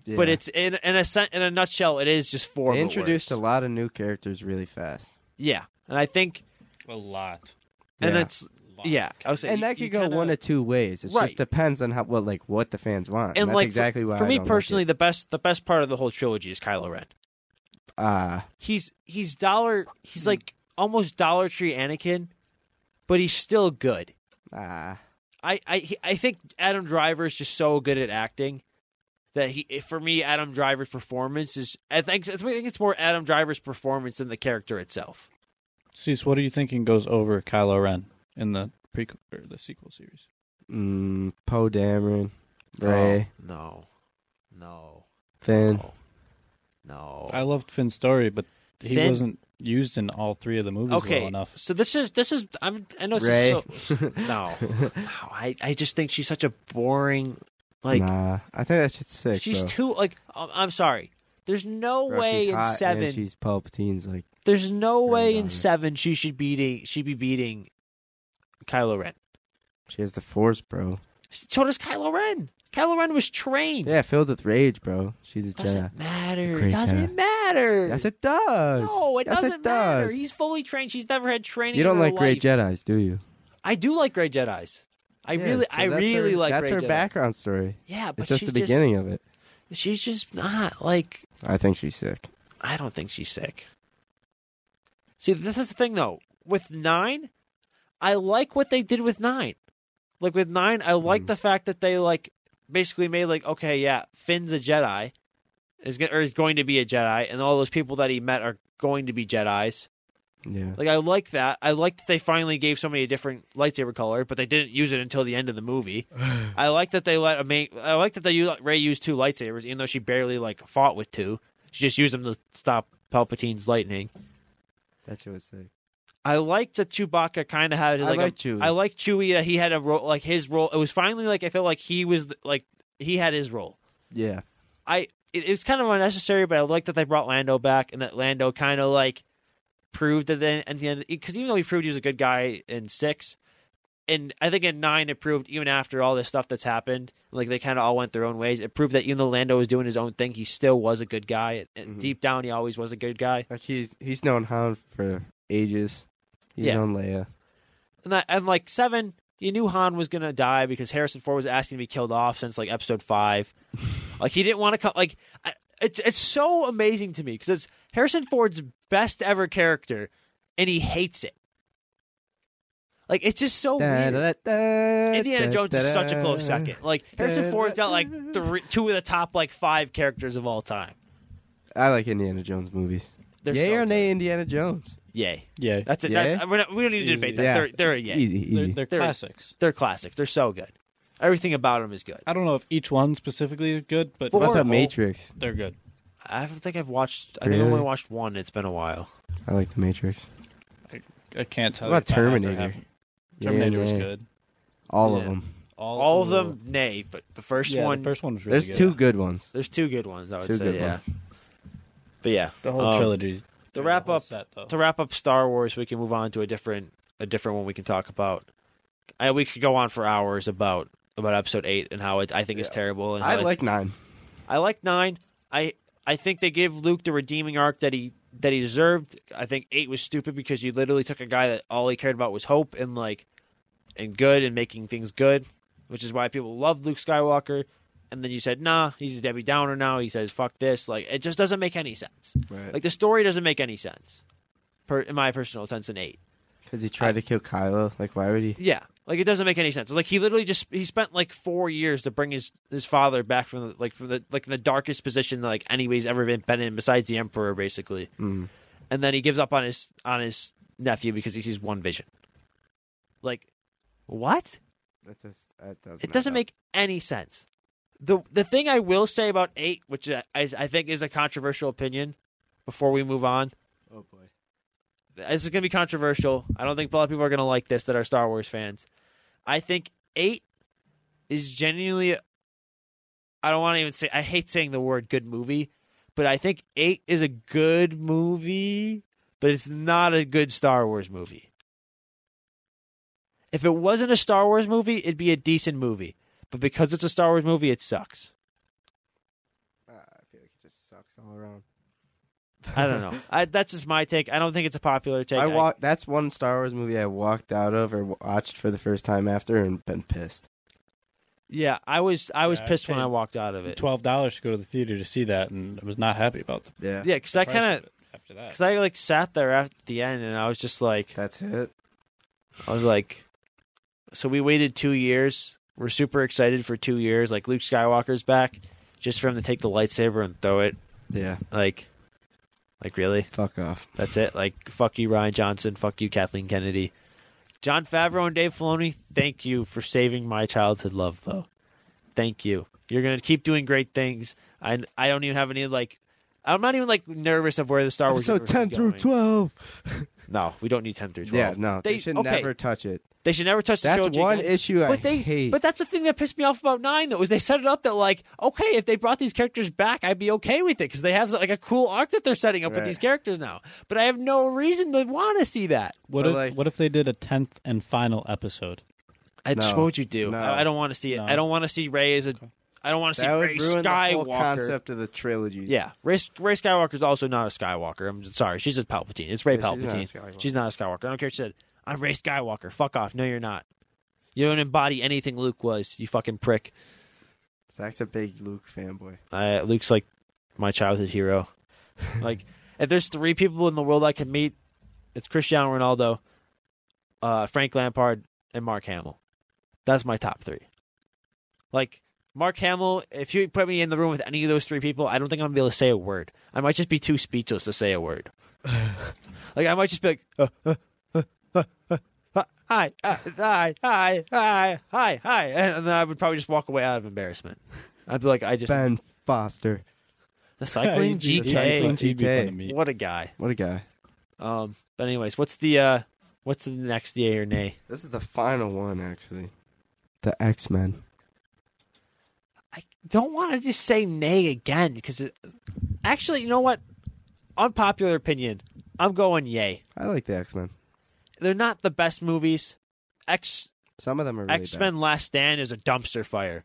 Speaker 2: yeah.
Speaker 1: but it's in in a sen- in a nutshell it is just four.
Speaker 2: they
Speaker 1: but
Speaker 2: introduced a
Speaker 1: worse.
Speaker 2: lot of new characters really fast.
Speaker 1: yeah, and I think
Speaker 3: A lot.
Speaker 1: and
Speaker 2: Yeah.
Speaker 1: it's yeah, I was saying,
Speaker 2: and
Speaker 1: you-
Speaker 2: that
Speaker 1: you
Speaker 2: could go
Speaker 1: kinda-
Speaker 2: one of two ways. It
Speaker 1: Right.
Speaker 2: just depends on how what like what the fans want.
Speaker 1: And
Speaker 2: that's
Speaker 1: like
Speaker 2: exactly
Speaker 1: for,
Speaker 2: why
Speaker 1: for
Speaker 2: I
Speaker 1: me
Speaker 2: don't like it.
Speaker 1: personally, the best the best part of the whole trilogy is Kylo Ren.
Speaker 2: Ah,
Speaker 1: He's he's dollar he's like almost Dollar Tree Anakin, but he's still good.
Speaker 2: ah,
Speaker 1: I I he- I think Adam Driver is just so good at acting that he for me Adam Driver's performance is I think I think it's more Adam Driver's performance than the character itself.
Speaker 3: Cease, what are you thinking goes over Kylo Ren in the pre or the sequel series?
Speaker 2: Mm, Poe Dameron, Ray,
Speaker 1: Oh, no, no,
Speaker 2: Finn.
Speaker 1: no, no.
Speaker 3: I loved Finn's story, but he
Speaker 1: Finn-
Speaker 3: wasn't used in all three of the movies
Speaker 1: okay.
Speaker 3: well enough.
Speaker 1: So this is this is I'm I know this
Speaker 2: Ray.
Speaker 1: is Oh, so no. no I I just think she's such a boring like
Speaker 2: nah, I think that shit's sick.
Speaker 1: she's
Speaker 2: bro.
Speaker 1: too like I'm, I'm sorry. There's no
Speaker 2: Bro,
Speaker 1: way
Speaker 2: she's
Speaker 1: in
Speaker 2: hot and
Speaker 1: seven
Speaker 2: She's Palpatine's like
Speaker 1: There's no
Speaker 2: Ren
Speaker 1: way in
Speaker 2: Donovan.
Speaker 1: seven she should beating she be beating Kylo Ren.
Speaker 2: she has the force, bro.
Speaker 1: So does Kylo Ren. Kylo Ren was trained.
Speaker 2: Yeah, filled with rage, bro. She's a
Speaker 1: Doesn't
Speaker 2: Jedi.
Speaker 1: matter.
Speaker 2: Great
Speaker 1: doesn't
Speaker 2: Jedi.
Speaker 1: matter.
Speaker 2: Yes, it does.
Speaker 1: No, it
Speaker 2: yes,
Speaker 1: doesn't
Speaker 2: it
Speaker 1: matter.
Speaker 2: does.
Speaker 1: He's fully trained. She's never had training.
Speaker 2: you don't
Speaker 1: in her
Speaker 2: like
Speaker 1: life.
Speaker 2: great Jedi's, do you?
Speaker 1: I do like Grey Jedi's. I
Speaker 2: Yeah,
Speaker 1: really,
Speaker 2: so
Speaker 1: I
Speaker 2: that's
Speaker 1: really
Speaker 2: her,
Speaker 1: like.
Speaker 2: That's
Speaker 1: Grey
Speaker 2: her
Speaker 1: Jedis.
Speaker 2: background story.
Speaker 1: Yeah, but
Speaker 2: It's just
Speaker 1: she
Speaker 2: the beginning of it.
Speaker 1: She's just not like.
Speaker 2: I think she's sick.
Speaker 1: I don't think she's sick. See, this is the thing though. With nine, I like what they did with nine. Like with nine, I like
Speaker 2: Mhm.
Speaker 1: the fact that they like basically made like, okay, yeah, Finn's a Jedi, is go- or is going to be a Jedi, and all those people that he met are going to be Jedi's.
Speaker 2: Yeah.
Speaker 1: Like I like that. I like that they finally gave somebody a different lightsaber color, but they didn't use it until the end of the movie. I like that they let a main. I like that they u- let Ray use two lightsabers, even though she barely like fought with two. She just used them to stop Palpatine's lightning.
Speaker 2: That shit was sick.
Speaker 1: I liked that Chewbacca kind of had
Speaker 2: I
Speaker 1: like
Speaker 2: like
Speaker 1: a,
Speaker 2: Chewie.
Speaker 1: I like Chewie that he had a role like his role. It was finally like I felt like he was the- like he had his role.
Speaker 2: Yeah.
Speaker 1: I it, it was kind of unnecessary, but I like that they brought Lando back and that Lando kind of like proved that then at the end because even though he proved he was a good guy in six, and I think in nine it proved even after all this stuff that's happened, like they kind of all went their own ways. It proved that even though Lando was doing his own thing, he still was a good guy. And
Speaker 2: Mhm.
Speaker 1: Deep down, he always was a good guy.
Speaker 2: Like he's he's known Han for ages. He's
Speaker 1: Yeah.
Speaker 2: known Leia.
Speaker 1: And that, and like seven, you knew Han was gonna die because Harrison Ford was asking to be killed off since like episode five. like he didn't want to come. Like I- it's it's so amazing to me because it's Harrison Ford's best ever character, and he hates it. Like it's just so weird. Indiana Jones is such a close second. Like Harrison Ford's got like three, two of the top like five characters of all time.
Speaker 2: I like Indiana Jones movies.
Speaker 1: They're
Speaker 2: yay
Speaker 1: so
Speaker 2: or
Speaker 1: good.
Speaker 2: nay, Indiana Jones.
Speaker 1: Yay.
Speaker 3: Yeah,
Speaker 1: That's it.
Speaker 2: Yay?
Speaker 1: That, we're not, we don't need to
Speaker 3: Easy.
Speaker 1: debate that.
Speaker 2: Yeah.
Speaker 1: They're they're a yay.
Speaker 2: Easy,
Speaker 3: they're,
Speaker 2: easy.
Speaker 3: they're
Speaker 1: They're-
Speaker 3: classics.
Speaker 1: They're classics. They're so good. Everything about them is good.
Speaker 3: I don't know if each one specifically is good, but
Speaker 2: What's
Speaker 1: horrible.
Speaker 2: up, Matrix?
Speaker 3: they're good.
Speaker 1: I don't think I've watched. I think I
Speaker 2: Really?
Speaker 1: only watched one. It's been a while.
Speaker 2: I like the Matrix.
Speaker 3: I can't tell.
Speaker 2: What about
Speaker 3: you if I have or
Speaker 2: Terminator?
Speaker 3: haven't.
Speaker 2: Yay or
Speaker 3: Terminator was
Speaker 2: nay?
Speaker 3: good.
Speaker 2: All of
Speaker 1: Yeah.
Speaker 2: them.
Speaker 3: All,
Speaker 1: All of them, nay, but the first
Speaker 3: Oh. yeah,
Speaker 1: one.
Speaker 3: The first one was really
Speaker 2: There's
Speaker 3: good.
Speaker 2: two good ones.
Speaker 1: there's two good ones. I would
Speaker 2: Two
Speaker 1: say,
Speaker 2: good
Speaker 1: yeah.
Speaker 2: ones.
Speaker 1: But yeah,
Speaker 3: The whole
Speaker 1: um,
Speaker 3: trilogy.
Speaker 1: To wrap
Speaker 3: the whole
Speaker 1: up,
Speaker 3: set, though.
Speaker 1: to wrap up Star Wars, we can move on to a different, a different one we can talk about. I, we could go on for hours about about episode eight and how it, I think is
Speaker 2: Yeah.
Speaker 1: terrible. And how
Speaker 2: I like nine.
Speaker 1: I like nine. I I think they give Luke the redeeming arc that he that he deserved. I think eight was stupid because you literally took a guy that all he cared about was hope and like and good and making things good, which is why people love Luke Skywalker. And then you said, nah, he's a Debbie Downer now. He says, fuck this. Like it just doesn't make any sense. Like the story doesn't make any sense. Per, in my personal sense, in eight.
Speaker 2: Because he tried to kill Kylo. Like, why would he?
Speaker 1: Yeah, like it doesn't make any sense. Like he literally just he spent like four years to bring his his father back from the, like from the like the darkest position like anybody's ever been been in besides the emperor basically,
Speaker 2: Mm.
Speaker 1: and then he gives up on his on his nephew because he sees one vision. Like, what?
Speaker 2: That does, that does
Speaker 1: It doesn't make any sense. the The thing I will say about eight, which I, I I think is a controversial opinion, before we move on,
Speaker 2: Oh boy.
Speaker 1: this is going to be controversial. I don't think a lot of people are going to like this that are Star Wars fans. I think eight is genuinely. I don't want to even say. I hate saying the word "good movie," but I think eight is a good movie, but it's not a good Star Wars movie. If it wasn't a Star Wars movie, it'd be a decent movie. But because it's a Star Wars movie, it sucks.
Speaker 2: Ah, I feel like it just sucks all around.
Speaker 1: I don't know. I, that's just my take. I don't think it's a popular take.
Speaker 2: I walk. That's one Star Wars movie I walked out of or watched for the first time after and been pissed.
Speaker 1: yeah, I was I was
Speaker 3: Yeah, I
Speaker 1: pissed when
Speaker 3: paid
Speaker 1: I walked out of it.
Speaker 3: Twelve dollars to go to the theater to see that, and I was not happy about the
Speaker 2: Yeah.
Speaker 1: Yeah, because I
Speaker 3: price
Speaker 1: kind of
Speaker 3: of it after that.
Speaker 1: Because I like sat there at the end, and I was just like,
Speaker 2: That's it.
Speaker 1: I was like, so we waited two years. We're super excited for two years. Like Luke Skywalker's back, just for him to take the lightsaber and throw it.
Speaker 2: Yeah.
Speaker 1: Like, like really?
Speaker 2: Fuck off.
Speaker 1: That's it. Like, fuck you, Ryan Johnson. Fuck you, Kathleen Kennedy. John Favreau and Dave Filoni, thank you for saving my childhood love, though. Thank you. You're gonna keep doing great things. I I don't even have any like. I'm not even like nervous of where the Star Wars.
Speaker 2: So
Speaker 1: universe is
Speaker 2: ten through
Speaker 1: going.
Speaker 2: twelve.
Speaker 1: No, we don't need ten through
Speaker 2: Yeah,
Speaker 1: twelve.
Speaker 2: no, they,
Speaker 1: They-
Speaker 2: should
Speaker 1: okay.
Speaker 2: never touch it.
Speaker 1: They should never touch the show.
Speaker 2: That's
Speaker 1: J.
Speaker 2: one
Speaker 1: Gans-
Speaker 2: issue I
Speaker 1: but they,
Speaker 2: hate.
Speaker 1: But that's the thing that pissed me off about nine though is they set it up that like okay if they brought these characters back I'd be okay with it because they have like a cool arc that they're setting up with
Speaker 2: Right.
Speaker 1: these characters now. But I have no reason to want to see that.
Speaker 3: What
Speaker 2: But
Speaker 3: if
Speaker 2: like-
Speaker 3: what if they did a tenth and final episode?
Speaker 1: That's
Speaker 2: No.
Speaker 1: what would you do?
Speaker 2: No.
Speaker 1: I, I don't want to see it.
Speaker 3: No.
Speaker 1: I don't want to see Ray as a. I don't want to see
Speaker 2: that would
Speaker 1: Ray
Speaker 2: ruin
Speaker 1: Skywalker.
Speaker 2: the whole concept of the trilogy.
Speaker 1: Yeah, Ray, Ray Skywalker's also not a Skywalker. I'm sorry, she's a Palpatine. It's Ray
Speaker 2: Yeah, she's not a
Speaker 1: Palpatine.
Speaker 2: Skywalker.
Speaker 1: She's not a Skywalker. I don't care. if She said, "I'm Ray Skywalker." Fuck off. No, you're not. You don't embody anything Luke was. You fucking prick.
Speaker 2: Zach's a big Luke fanboy.
Speaker 1: I, Luke's like my childhood hero. like, if there's three people in the world I can meet, it's Cristiano Ronaldo, uh, Frank Lampard, and Mark Hamill. That's my top three. Like, Mark Hamill, if you put me in the room with any of those three people, I don't think I'm going to be able to say a word. I might just be too speechless to say a word. like, I might just be like, uh, uh, uh, uh, uh, uh, hi, uh, hi, hi, hi, hi, hi. And then I would probably just walk away out of embarrassment. I'd be like, I just
Speaker 2: Ben Foster.
Speaker 1: the cycling
Speaker 3: He'd be-
Speaker 1: GK.
Speaker 3: he'd be fun to
Speaker 2: GK.
Speaker 3: meet.
Speaker 1: What a guy.
Speaker 2: What a guy.
Speaker 1: Um, but anyways, what's the uh, what's the next yay or nay?
Speaker 2: This is the final one, actually. The X Men.
Speaker 1: I don't want to just say nay again because it, actually, you know what? Unpopular opinion. I'm going yay.
Speaker 2: I like the X Men.
Speaker 1: They're not the best movies. X
Speaker 2: Some of them are really
Speaker 1: X Men Last Stand is a dumpster fire.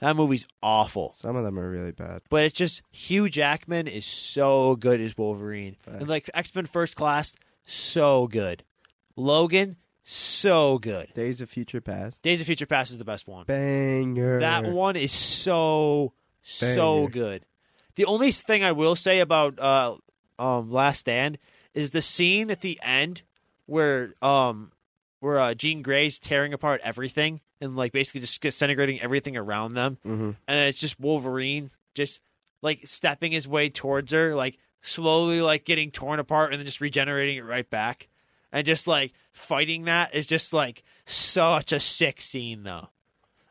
Speaker 1: That movie's awful.
Speaker 2: bad. Some of them are really bad.
Speaker 1: But it's just Hugh Jackman is so good as Wolverine. And
Speaker 2: Facts.
Speaker 1: like X Men First Class, so good. Logan, so good.
Speaker 2: Days of Future Past.
Speaker 1: Days of Future Past is the best one.
Speaker 2: Banger.
Speaker 1: That one is so so
Speaker 2: Banger.
Speaker 1: good. The only thing I will say about uh um Last Stand is the scene at the end where um where uh, Jean Grey's tearing apart everything and like basically just disintegrating everything around them,
Speaker 2: Mm-hmm.
Speaker 1: and it's just Wolverine just like stepping his way towards her, like slowly like getting torn apart and then just regenerating it right back, and just like fighting that is just like such a sick scene though.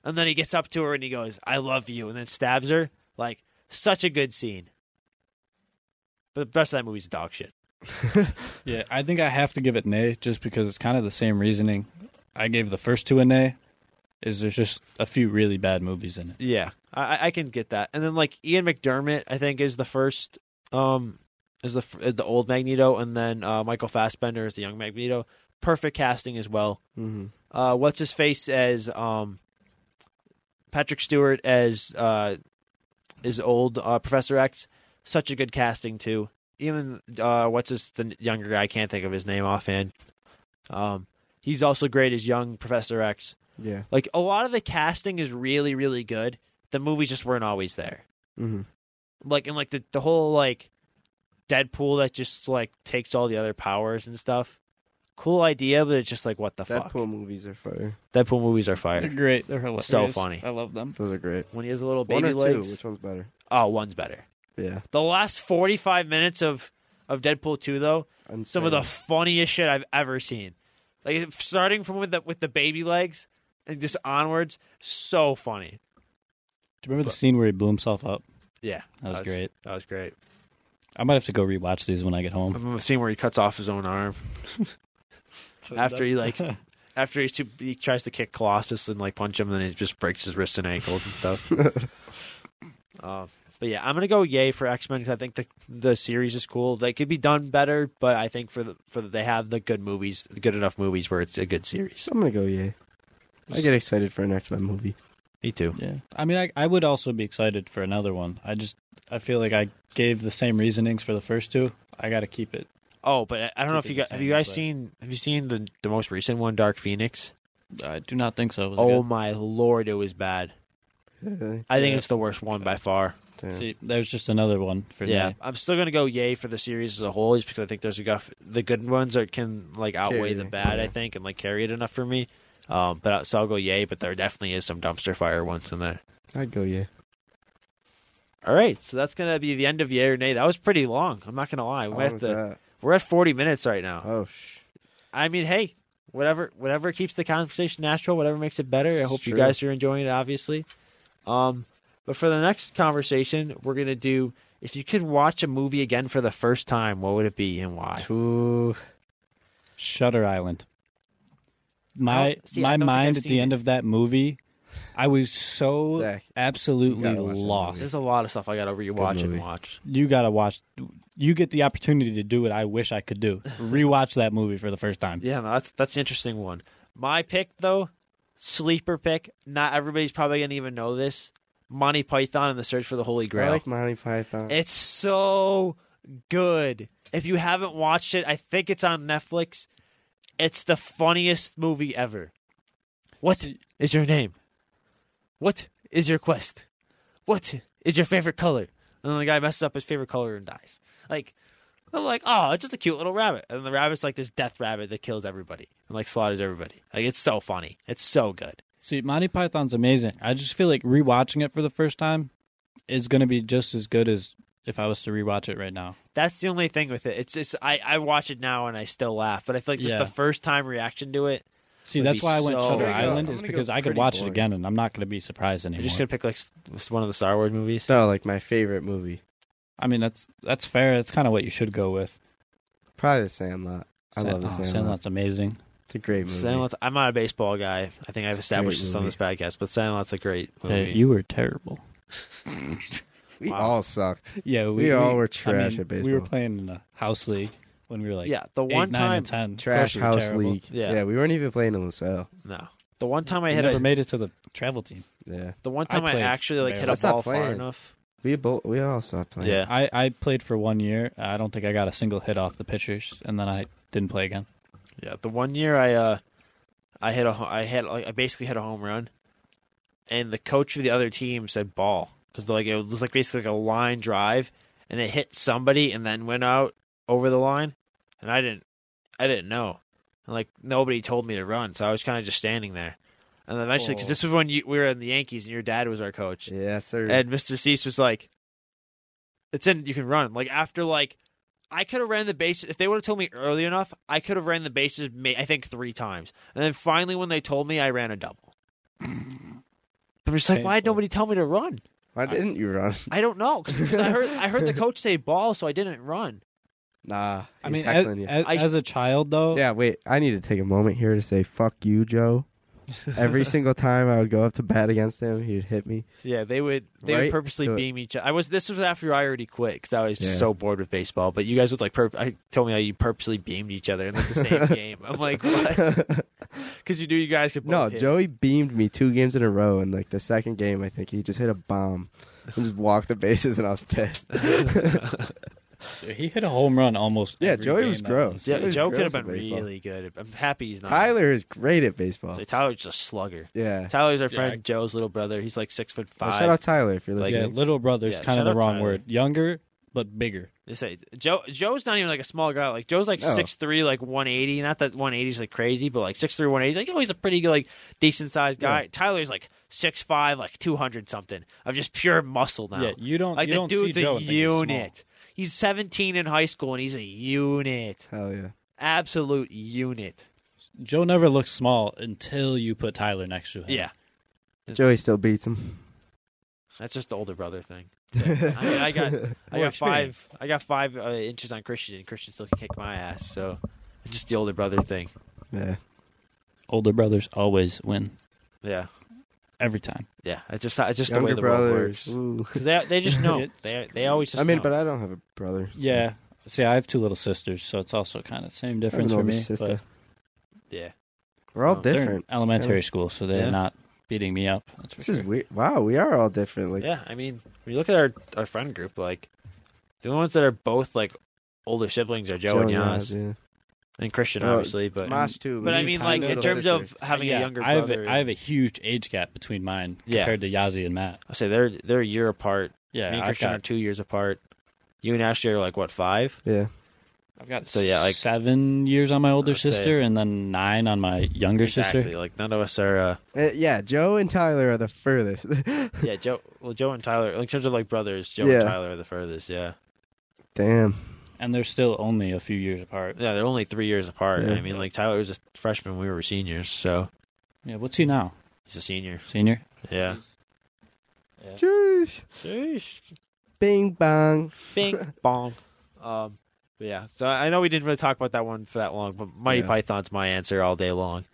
Speaker 1: And then he gets up to her and he goes, "I love you," and then stabs her. Like such a good scene. But the best of that movie's dog shit.
Speaker 3: Yeah, I think I have to give it nay just because it's kind of the same reasoning I gave the first two a nay. Is there's just a few really bad movies in it.
Speaker 1: Yeah, I, I- I can get that. And then like Ian McDermott, I think is the first, um, is the f- uh, the old Magneto, and then uh, Michael Fassbender is the young Magneto. Perfect casting as well.
Speaker 2: Mm-hmm.
Speaker 1: Uh, what's his face as um, Patrick Stewart as uh, is old uh, Professor X. Such a good casting too. Even uh, what's his the younger guy? I can't think of his name offhand. Um, he's also great as young Professor X.
Speaker 2: Yeah.
Speaker 1: Like a lot of the casting is really, really good. The movies just weren't always there.
Speaker 2: Mm-hmm.
Speaker 1: Like and like the the whole like Deadpool that just like takes all the other powers and stuff. Cool idea, but it's just like what the
Speaker 2: Deadpool
Speaker 1: fuck.
Speaker 2: movies are fire.
Speaker 1: Deadpool movies are fire.
Speaker 3: great. They're hilarious.
Speaker 1: So funny.
Speaker 3: I love them.
Speaker 2: Those are great.
Speaker 1: When he has a little
Speaker 2: one
Speaker 1: Um, baby
Speaker 2: or
Speaker 1: legs.
Speaker 2: two. Which one's better?
Speaker 1: Oh, one's better.
Speaker 2: Yeah.
Speaker 1: The last forty five minutes of of Deadpool two though,
Speaker 2: And
Speaker 1: some of the funniest shit I've ever seen. Like starting from with the with the baby legs and just onwards, so funny.
Speaker 3: Do you remember the scene where he blew himself up?
Speaker 1: Yeah,
Speaker 3: That was great.
Speaker 1: That was great.
Speaker 3: I might have to go rewatch these when I get home.
Speaker 1: I'm the scene where he cuts off his own arm after he like after he's too he tries to kick Colossus and like punch him and then he just breaks his wrists and ankles and stuff. um, but yeah, I'm gonna go yay for X Men because I think the the series is cool. They could be done better, but I think for the for the, they have the good movies, the good enough movies where it's a good series.
Speaker 2: I'm gonna go yay. I get excited for an X Men movie.
Speaker 1: Me too.
Speaker 3: Yeah. I mean, I, I would also be excited for another one. I just, I feel like I gave the same reasonings for the first two. I got to keep it.
Speaker 1: Oh, but I, I don't know if you
Speaker 3: Keep it
Speaker 1: got,
Speaker 3: the
Speaker 1: have you
Speaker 3: same
Speaker 1: guys
Speaker 3: this way.
Speaker 1: seen have you seen the the most recent one, Dark Phoenix?
Speaker 3: I do not think so. Was it
Speaker 1: Oh my lord, it was bad.
Speaker 2: Really?
Speaker 1: I think
Speaker 3: Yeah.
Speaker 1: it's the worst one by far.
Speaker 2: Damn.
Speaker 3: good? See, there's just another one for
Speaker 1: yeah,
Speaker 3: me.
Speaker 1: I'm still gonna go yay for the series as a whole, just because I think there's a guff- the good ones that can like outweigh
Speaker 2: Carry.
Speaker 1: the bad. I
Speaker 2: Yeah.
Speaker 1: think and like carry it enough for me. Um, but I- so I'll go yay. But there definitely is some dumpster fire ones in there.
Speaker 2: I'd go yeah.
Speaker 1: All right, so that's gonna be the end of yay or nay. That was pretty long. I'm not gonna lie.
Speaker 2: How
Speaker 1: We
Speaker 2: long
Speaker 1: have
Speaker 2: was
Speaker 1: to-
Speaker 2: that?
Speaker 1: We're at 40 minutes right now.
Speaker 2: Oh sh.
Speaker 1: I mean, hey, whatever whatever keeps the conversation natural, whatever makes it better. I
Speaker 2: It's
Speaker 1: hope you
Speaker 2: true.
Speaker 1: guys are enjoying it, obviously. Um, but for the next conversation, we're gonna do if you could watch a movie again for the first time, what would it be and why?
Speaker 2: Two.
Speaker 3: Shutter Island. My
Speaker 1: see, I
Speaker 3: my
Speaker 1: don't think I've
Speaker 3: mind at the
Speaker 1: seen
Speaker 3: end of that movie, I was so
Speaker 2: Zach,
Speaker 3: absolutely
Speaker 2: you gotta watch that
Speaker 3: lost.
Speaker 1: There's a lot of stuff I gotta rewatch and
Speaker 2: movie.
Speaker 1: watch.
Speaker 3: You gotta watch. You get the opportunity to do what I wish I could do. Rewatch that movie for the first time.
Speaker 1: Yeah, no, that's that's an interesting one. My pick though, sleeper pick. Not everybody's probably gonna even know this. Monty Python and the Search for the Holy
Speaker 2: I
Speaker 1: Grail.
Speaker 2: like Monty Python.
Speaker 1: It's so good. If you haven't watched it, I think it's on Netflix. It's the funniest movie ever. What
Speaker 3: See-
Speaker 1: is your name? What is your quest? What is your favorite color? And then the guy messes up his favorite color and dies. Like, I'm like, oh, it's just a cute little rabbit. And the rabbit's like this death rabbit that kills everybody and like slaughters everybody. Like, it's so funny. It's so good.
Speaker 3: See, Monty Python's amazing. I just feel like rewatching it for the first time is going to be just as good as if I was to rewatch it right now.
Speaker 1: That's the only thing with it. It's just I, I watch it now and I still laugh, but I feel like just
Speaker 3: Yeah.
Speaker 1: the first time reaction to it,
Speaker 3: See,
Speaker 1: Would
Speaker 3: that's
Speaker 1: be
Speaker 3: why I went
Speaker 1: so- I'm gonna
Speaker 3: Shutter
Speaker 2: go-
Speaker 3: Island
Speaker 2: I'm
Speaker 3: is
Speaker 2: gonna go
Speaker 3: because I could
Speaker 2: pretty
Speaker 3: watch it
Speaker 2: boring.
Speaker 3: again and I'm not going to be surprised
Speaker 1: You're
Speaker 3: anymore.
Speaker 1: just gonna pick like s- one of the Star Wars movies.
Speaker 2: no, like my favorite movie.
Speaker 3: I mean, that's that's fair. That's kind of what you should go with.
Speaker 2: Probably The Sandlot. I
Speaker 3: Sand-
Speaker 2: love The
Speaker 3: oh,
Speaker 2: Sandlot.
Speaker 3: Sandlot's amazing.
Speaker 2: It's a great movie.
Speaker 1: Sandlot's, I'm not a baseball guy. I think I've
Speaker 2: It's a
Speaker 1: established
Speaker 2: great
Speaker 1: this on this podcast, but Sandlot's a great movie.
Speaker 3: Hey, you were terrible.
Speaker 2: We
Speaker 1: Wow.
Speaker 2: all sucked.
Speaker 3: Yeah,
Speaker 2: We, all were trash at baseball.
Speaker 3: We were playing in a house league when we were like
Speaker 1: yeah, the
Speaker 3: eight,
Speaker 1: one
Speaker 3: nine,
Speaker 1: time,
Speaker 3: and ten.
Speaker 2: trash
Speaker 3: Of course we were
Speaker 2: house
Speaker 3: terrible.
Speaker 2: league.
Speaker 1: Yeah.
Speaker 2: Yeah. we weren't even playing in LaSalle.
Speaker 1: no, the one time I
Speaker 3: We
Speaker 1: hit
Speaker 3: never
Speaker 1: a,
Speaker 3: made it to the travel team.
Speaker 2: Yeah,
Speaker 1: the one time
Speaker 3: I
Speaker 1: I,
Speaker 3: played
Speaker 1: actually like hit
Speaker 3: barely.
Speaker 1: a
Speaker 2: I stopped
Speaker 1: ball far
Speaker 2: playing.
Speaker 1: enough.
Speaker 2: we both we all stopped playing.
Speaker 1: Yeah,
Speaker 3: I, I played for one year. I don't think I got a single hit off the pitchers, and then I didn't play again.
Speaker 1: yeah. The one year I uh, I hit a, ho- I hit like I basically hit a home run, and the coach of the other team said ball because like it was like basically like a line drive, and it hit somebody and then went out over the line, and I didn't, I didn't know, and like nobody told me to run, so I was kind of just standing there, and then eventually because
Speaker 3: Oh.
Speaker 1: this was when you, we were in the Yankees and your dad was our coach,
Speaker 2: yeah, sir.
Speaker 1: and Mr. Cease was like, "It's in. You can run." Like after like, I could have ran the bases if they would have told me early enough. I could have ran the bases. ma- I think three times, and then finally when they told me, I ran a double. I'm just like, why did
Speaker 3: Painful.
Speaker 1: nobody tell me to run?
Speaker 2: Why didn't you run?
Speaker 1: I don't know because I heard I heard the coach say ball, so I didn't run.
Speaker 2: Nah,
Speaker 3: I
Speaker 2: he's
Speaker 3: mean, as,
Speaker 2: heckling you.
Speaker 3: as,
Speaker 1: I-
Speaker 3: as a child though,
Speaker 2: yeah, wait. I need to take a moment here to say fuck you, Joe. Every single time I would go up to bat against him, he'd hit me.
Speaker 1: Yeah, they would they would
Speaker 2: Right?
Speaker 1: purposely
Speaker 2: Do it.
Speaker 1: beam each other. I was this was after I already quit because I was just
Speaker 2: Yeah.
Speaker 1: so bored with baseball. But you guys would like, purp I told me how you purposely beamed each other in like the same game. I'm like, what? Because you knew you guys could.
Speaker 2: no,
Speaker 1: both hit.
Speaker 2: Joey beamed me two games in a row, and like the second game, I think he just hit a bomb and just walked the bases, and I was pissed.
Speaker 3: he hit a home run almost.
Speaker 2: Yeah,
Speaker 3: every
Speaker 2: Joey
Speaker 3: game
Speaker 2: was
Speaker 3: that
Speaker 2: gross.
Speaker 3: was-
Speaker 1: Yeah,
Speaker 2: It was
Speaker 1: Joe could have
Speaker 2: gross
Speaker 1: been
Speaker 2: in baseball.
Speaker 1: really good. I'm happy he's not.
Speaker 2: Tyler is great at baseball.
Speaker 1: So Tyler's just a slugger.
Speaker 2: Yeah.
Speaker 1: Tyler's our
Speaker 3: Yeah,
Speaker 1: friend
Speaker 3: I-
Speaker 1: Joe's little brother. He's like six foot
Speaker 2: Well,
Speaker 1: five.
Speaker 2: shout out Tyler if you're
Speaker 1: Like,
Speaker 2: listening.
Speaker 3: yeah, little brother's
Speaker 1: Yeah,
Speaker 3: kind
Speaker 1: shout
Speaker 3: of the
Speaker 1: out
Speaker 3: wrong
Speaker 1: Tyler.
Speaker 3: word. Younger but bigger.
Speaker 1: They say Joe. Joe's not even like a small guy. Like Joe's like
Speaker 2: No.
Speaker 1: six three, like one eighty. Not that one eighty is like crazy, but like six three, one eighty. Like oh, he's a pretty good, like decent sized guy. Tyler's like six five, like two hundred something of just pure muscle now.
Speaker 3: Yeah, you don't.
Speaker 1: like
Speaker 3: you
Speaker 1: the
Speaker 3: don't
Speaker 1: dude's
Speaker 3: see Joe
Speaker 1: a
Speaker 3: and think he's small.
Speaker 1: unit. He's seventeen in high school and he's a unit,
Speaker 2: Hell yeah.
Speaker 1: absolute unit.
Speaker 3: Joe never looks small until you put Tyler next to him.
Speaker 1: Yeah,
Speaker 2: Joey still beats him.
Speaker 1: that's just the older brother thing. Yeah. I mean, I got I
Speaker 3: More
Speaker 1: got
Speaker 3: experience.
Speaker 1: five. I got five uh, inches on Christian, and Christian still can kick my ass. So it's just the older brother thing.
Speaker 2: Yeah.
Speaker 3: older brothers always win
Speaker 1: Yeah,
Speaker 3: every time.
Speaker 1: yeah. It's just it's just the way
Speaker 2: Younger
Speaker 1: the
Speaker 2: brothers.
Speaker 1: world works.
Speaker 2: Ooh.
Speaker 1: Because they they just know
Speaker 3: It's-
Speaker 1: they they always. Just
Speaker 2: I mean,
Speaker 1: know.
Speaker 2: but I don't have a brother. so
Speaker 3: Yeah. See, I have two little sisters, so it's also kind of same
Speaker 2: I have an
Speaker 3: difference for
Speaker 2: older
Speaker 3: me.
Speaker 2: sister.
Speaker 3: but
Speaker 1: yeah,
Speaker 2: We're all
Speaker 1: No,
Speaker 3: they're in
Speaker 2: different.
Speaker 3: elementary school, so they're
Speaker 1: Yeah.
Speaker 3: not beating me up. That's for
Speaker 2: This is
Speaker 3: sure.
Speaker 2: weird. Wow, we are all different. Like,
Speaker 1: yeah. I mean, when you look at our our friend group, like the only ones that are both like older siblings are Joe, and Yaz
Speaker 2: Yaz,
Speaker 1: and Christian,
Speaker 2: Well,
Speaker 1: obviously. But
Speaker 2: yeah. Mosh too.
Speaker 1: but I
Speaker 2: we
Speaker 1: mean,
Speaker 2: kinda
Speaker 1: like
Speaker 3: have
Speaker 1: in
Speaker 2: little
Speaker 1: terms
Speaker 2: sisters.
Speaker 1: of having
Speaker 3: Yeah,
Speaker 1: a younger
Speaker 3: I have
Speaker 1: brother,
Speaker 3: A, I have a huge age gap between mine
Speaker 1: Yeah.
Speaker 3: compared to Yazi and Matt.
Speaker 1: I say they're they're a year apart.
Speaker 3: Yeah,
Speaker 1: Me and
Speaker 3: I've
Speaker 1: Christian are
Speaker 3: got,
Speaker 1: two years apart. You and Ashley are like what five?
Speaker 2: Yeah.
Speaker 1: I've got so yeah, like
Speaker 3: seven years on my older
Speaker 1: I'd say-
Speaker 3: sister and then nine on my younger
Speaker 1: exactly,
Speaker 3: sister.
Speaker 1: like none of us are. Uh,
Speaker 2: Uh, yeah, Joe and Tyler are the furthest.
Speaker 1: yeah, Joe. Well, Joe and Tyler, like, in terms of like brothers, Joe
Speaker 2: Yeah.
Speaker 1: and Tyler are the furthest. Yeah,
Speaker 2: Damn.
Speaker 3: And they're still only a few years apart.
Speaker 1: yeah, they're only three years apart.
Speaker 2: Yeah.
Speaker 1: I mean, like Tyler was a freshman, we were seniors, so
Speaker 3: Yeah, what's he now?
Speaker 1: he's a senior.
Speaker 3: Senior?
Speaker 1: Yeah.
Speaker 2: Jeez. Bing bong.
Speaker 1: Bing bong. Um, but yeah, so I know we didn't really talk about that one for that long, but Mighty
Speaker 2: Yeah.
Speaker 1: Python's my answer all day long.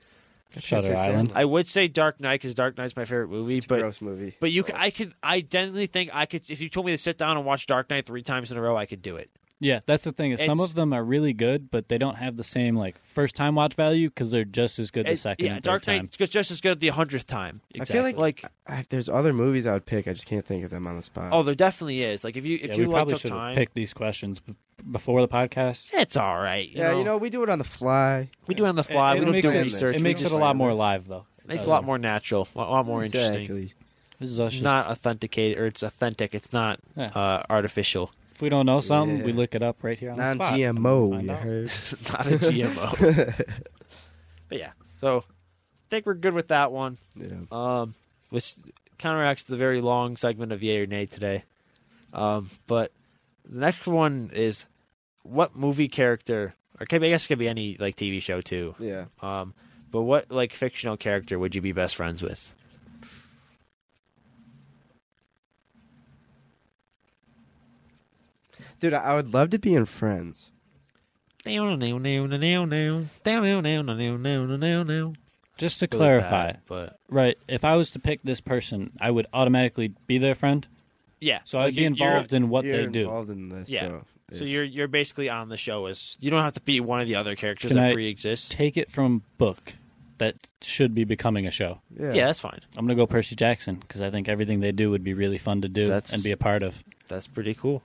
Speaker 3: Shutter Island.
Speaker 1: I would say Dark Knight because Dark Knight's my favorite movie,
Speaker 2: It's a
Speaker 1: but
Speaker 2: gross movie.
Speaker 1: But you, c I I could, I genuinely think I could. If you told me to sit down and watch Dark Knight three times in a row, I could do it.
Speaker 3: Yeah, that's the thing. Is some
Speaker 1: It's-
Speaker 3: of them are really good, but they don't have the same like first time watch value because they're just as good the
Speaker 1: It-
Speaker 3: second
Speaker 1: yeah,
Speaker 3: and third
Speaker 1: Dark
Speaker 3: time.
Speaker 1: Knight is just as good the hundredth time.
Speaker 2: I feel like,
Speaker 1: Like,
Speaker 2: I, there's other movies I would pick. I just can't think of them on the spot.
Speaker 1: oh, there definitely is. Like, if you if
Speaker 3: yeah,
Speaker 1: you
Speaker 3: we
Speaker 1: like
Speaker 3: probably
Speaker 1: took
Speaker 3: should have
Speaker 1: time,
Speaker 3: picked these questions b- before the podcast.
Speaker 1: it's all right. You
Speaker 2: yeah,
Speaker 1: know?
Speaker 2: you know we do it on the fly.
Speaker 1: we do it on the fly.
Speaker 3: It-
Speaker 1: we
Speaker 3: it
Speaker 1: don't
Speaker 3: makes
Speaker 1: do
Speaker 3: it-
Speaker 1: research.
Speaker 3: It
Speaker 1: we
Speaker 3: makes it
Speaker 1: just-
Speaker 3: a lot more live though.
Speaker 1: Makes it a lot more natural, a lot more interesting.
Speaker 2: Exactly.
Speaker 3: This is us just-
Speaker 1: Not authenticated or it's authentic. It's not
Speaker 3: Yeah.
Speaker 1: uh, artificial.
Speaker 3: if we don't know something,
Speaker 2: Yeah.
Speaker 3: we look it up right here on the spot. and
Speaker 2: Non-GMO.
Speaker 3: find
Speaker 2: You
Speaker 3: out.
Speaker 2: heard?
Speaker 1: not a GMO. but yeah, so I think we're good with that one.
Speaker 2: Yeah.
Speaker 1: um, which counteracts the very long segment of yay or nay today. Um, but the next one is what movie character, or could be- I guess it could be any like TV show too.
Speaker 2: Yeah.
Speaker 1: Um, but what like fictional character would you be best friends with?
Speaker 2: Dude, I I would love to be in Friends.
Speaker 1: To
Speaker 3: Just to clarify,
Speaker 1: but
Speaker 3: right? If I was to pick this person, I would automatically be their friend,
Speaker 1: yeah,
Speaker 3: so
Speaker 1: like,
Speaker 3: I'd be
Speaker 1: you- you're-
Speaker 3: involved in what
Speaker 2: You're
Speaker 3: they do.
Speaker 2: involved in this
Speaker 1: Yeah.
Speaker 2: show.
Speaker 1: So you're you're basically on the show as you don't have to be one of the other characters
Speaker 3: Can
Speaker 1: that
Speaker 3: I
Speaker 1: pre-exist.
Speaker 3: Take it from book that should be becoming a show.
Speaker 2: Yeah.
Speaker 1: Yeah, that's fine.
Speaker 3: I'm gonna go Percy Jackson because I think everything they do would be really fun to do
Speaker 1: That's-
Speaker 3: and be a part of.
Speaker 1: That's pretty cool.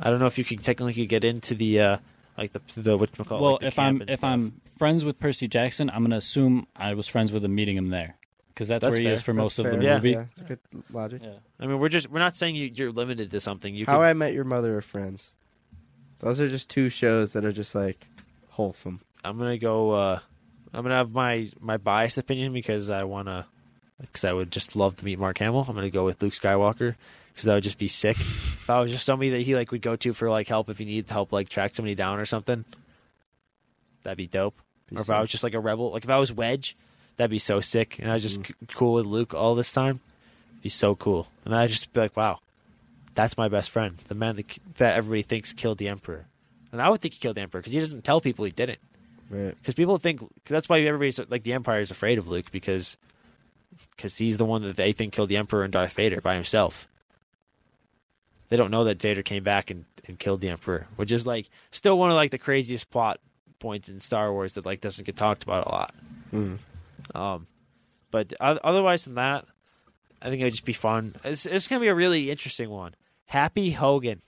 Speaker 1: I don't know if you can technically get into the uh, like the the what you call
Speaker 3: well, if I'm if I'm friends with Percy Jackson, I'm gonna assume I was friends with him meeting him there because that's,
Speaker 1: That's
Speaker 3: where he
Speaker 1: fair.
Speaker 3: is for
Speaker 2: That's
Speaker 3: most of
Speaker 2: fair.
Speaker 3: the
Speaker 1: Yeah.
Speaker 3: movie.
Speaker 2: Yeah, it's a good logic.
Speaker 3: Yeah.
Speaker 1: I mean, we're just we're not saying you, you're limited to something. You
Speaker 2: How
Speaker 1: could,
Speaker 2: I Met Your Mother or Friends. Those are just two shows that are just like wholesome.
Speaker 1: I'm gonna go. Uh, I'm gonna have my my biased opinion because I wanna because I would just love to meet Mark Hamill. I'm gonna go with Luke Skywalker because that would just be sick. if I was just somebody that he like would go to for like help if he needed help, like track somebody down or something, that'd be dope.
Speaker 2: Be
Speaker 1: or if I was
Speaker 2: sick.
Speaker 1: just like a rebel, like if I was Wedge, that'd be so sick. And I was just
Speaker 2: Mm.
Speaker 1: c- cool with Luke all this time. It'd be so cool. And I'd just be like, wow, that's my best friend, the man that, that everybody thinks killed the Emperor. And I would think he killed the Emperor because he doesn't tell people he didn't.
Speaker 2: Right.
Speaker 1: Because people think cause that's why everybody's like the Empire is afraid of Luke because cause he's the one that they think killed the Emperor and Darth Vader by himself. They don't know that Vader came back and, and killed the Emperor, which is like still one of like the craziest plot points in Star Wars that like doesn't get talked about a lot.
Speaker 2: Mm.
Speaker 1: Um, but o- otherwise than that, I think it would just be fun. It's, it's gonna be a really interesting one. Happy Hogan,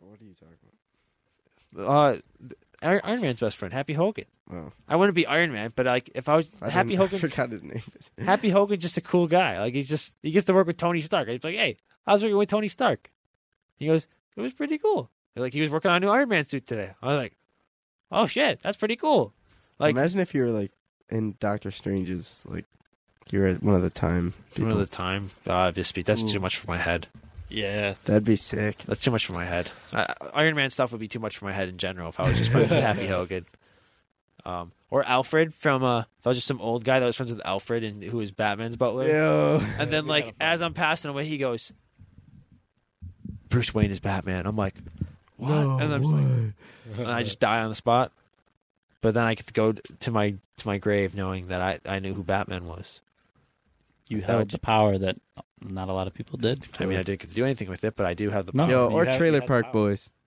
Speaker 2: What are you talking
Speaker 1: uh, Iron Iron Man's best friend, Happy Hogan.
Speaker 2: about?
Speaker 1: I wouldn't be Iron Man, but like if I was
Speaker 2: Oh, I
Speaker 1: Happy
Speaker 2: didn't- I
Speaker 1: Hogan,
Speaker 2: forgot his name.
Speaker 1: Happy Hogan's just a cool guy. Like he's just he gets to work with Tony Stark. He's like, hey, I was working with Tony Stark. He goes, it was pretty cool. Like he was working on a new Iron Man suit today. I was like, oh shit, that's pretty cool. Like
Speaker 2: Imagine if you were like in Doctor Strange's like you were one of the time.
Speaker 1: one
Speaker 2: people.
Speaker 1: of the time, uh, just be, that's
Speaker 2: Ooh.
Speaker 1: too much for my head.
Speaker 3: Yeah.
Speaker 2: That'd be sick.
Speaker 1: That's too much for my head. I, Iron Man stuff would be too much for my head in general if I was just friends with Happy Hogan. Um, or Alfred from uh, if I was just some old guy that was friends with Alfred and who was Batman's butler.
Speaker 2: Yo.
Speaker 1: And then, like, as I'm passing away, he goes, Bruce Wayne is Batman. I'm like, what? and, I'm just like, and I just die on the spot. But then I get to go to my to my grave knowing that I, I knew who Batman was.
Speaker 3: You
Speaker 1: That
Speaker 3: held
Speaker 1: would-
Speaker 3: the power that not a lot of people did.
Speaker 1: I mean, I didn't get to do anything with it, but I do oh, have the.
Speaker 3: No.
Speaker 2: Yo,
Speaker 3: You
Speaker 2: or
Speaker 3: had- you
Speaker 2: Trailer
Speaker 3: had
Speaker 2: Park
Speaker 3: power.
Speaker 2: Boys.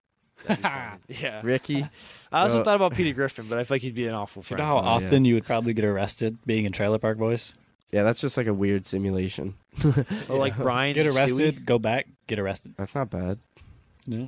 Speaker 1: Yeah.
Speaker 2: Ricky.
Speaker 1: I also
Speaker 2: Uh,
Speaker 1: thought about Peter Griffin, but I feel like he'd be an awful
Speaker 3: You
Speaker 1: friend.
Speaker 3: know how
Speaker 2: Oh, yeah.
Speaker 3: often you would probably get arrested being in Trailer Park Boys?
Speaker 2: Yeah, that's just like a weird simulation.
Speaker 1: Or like Brian
Speaker 3: Get
Speaker 1: and Stewie.
Speaker 3: arrested, go back, get arrested.
Speaker 2: That's not bad.
Speaker 3: Yeah.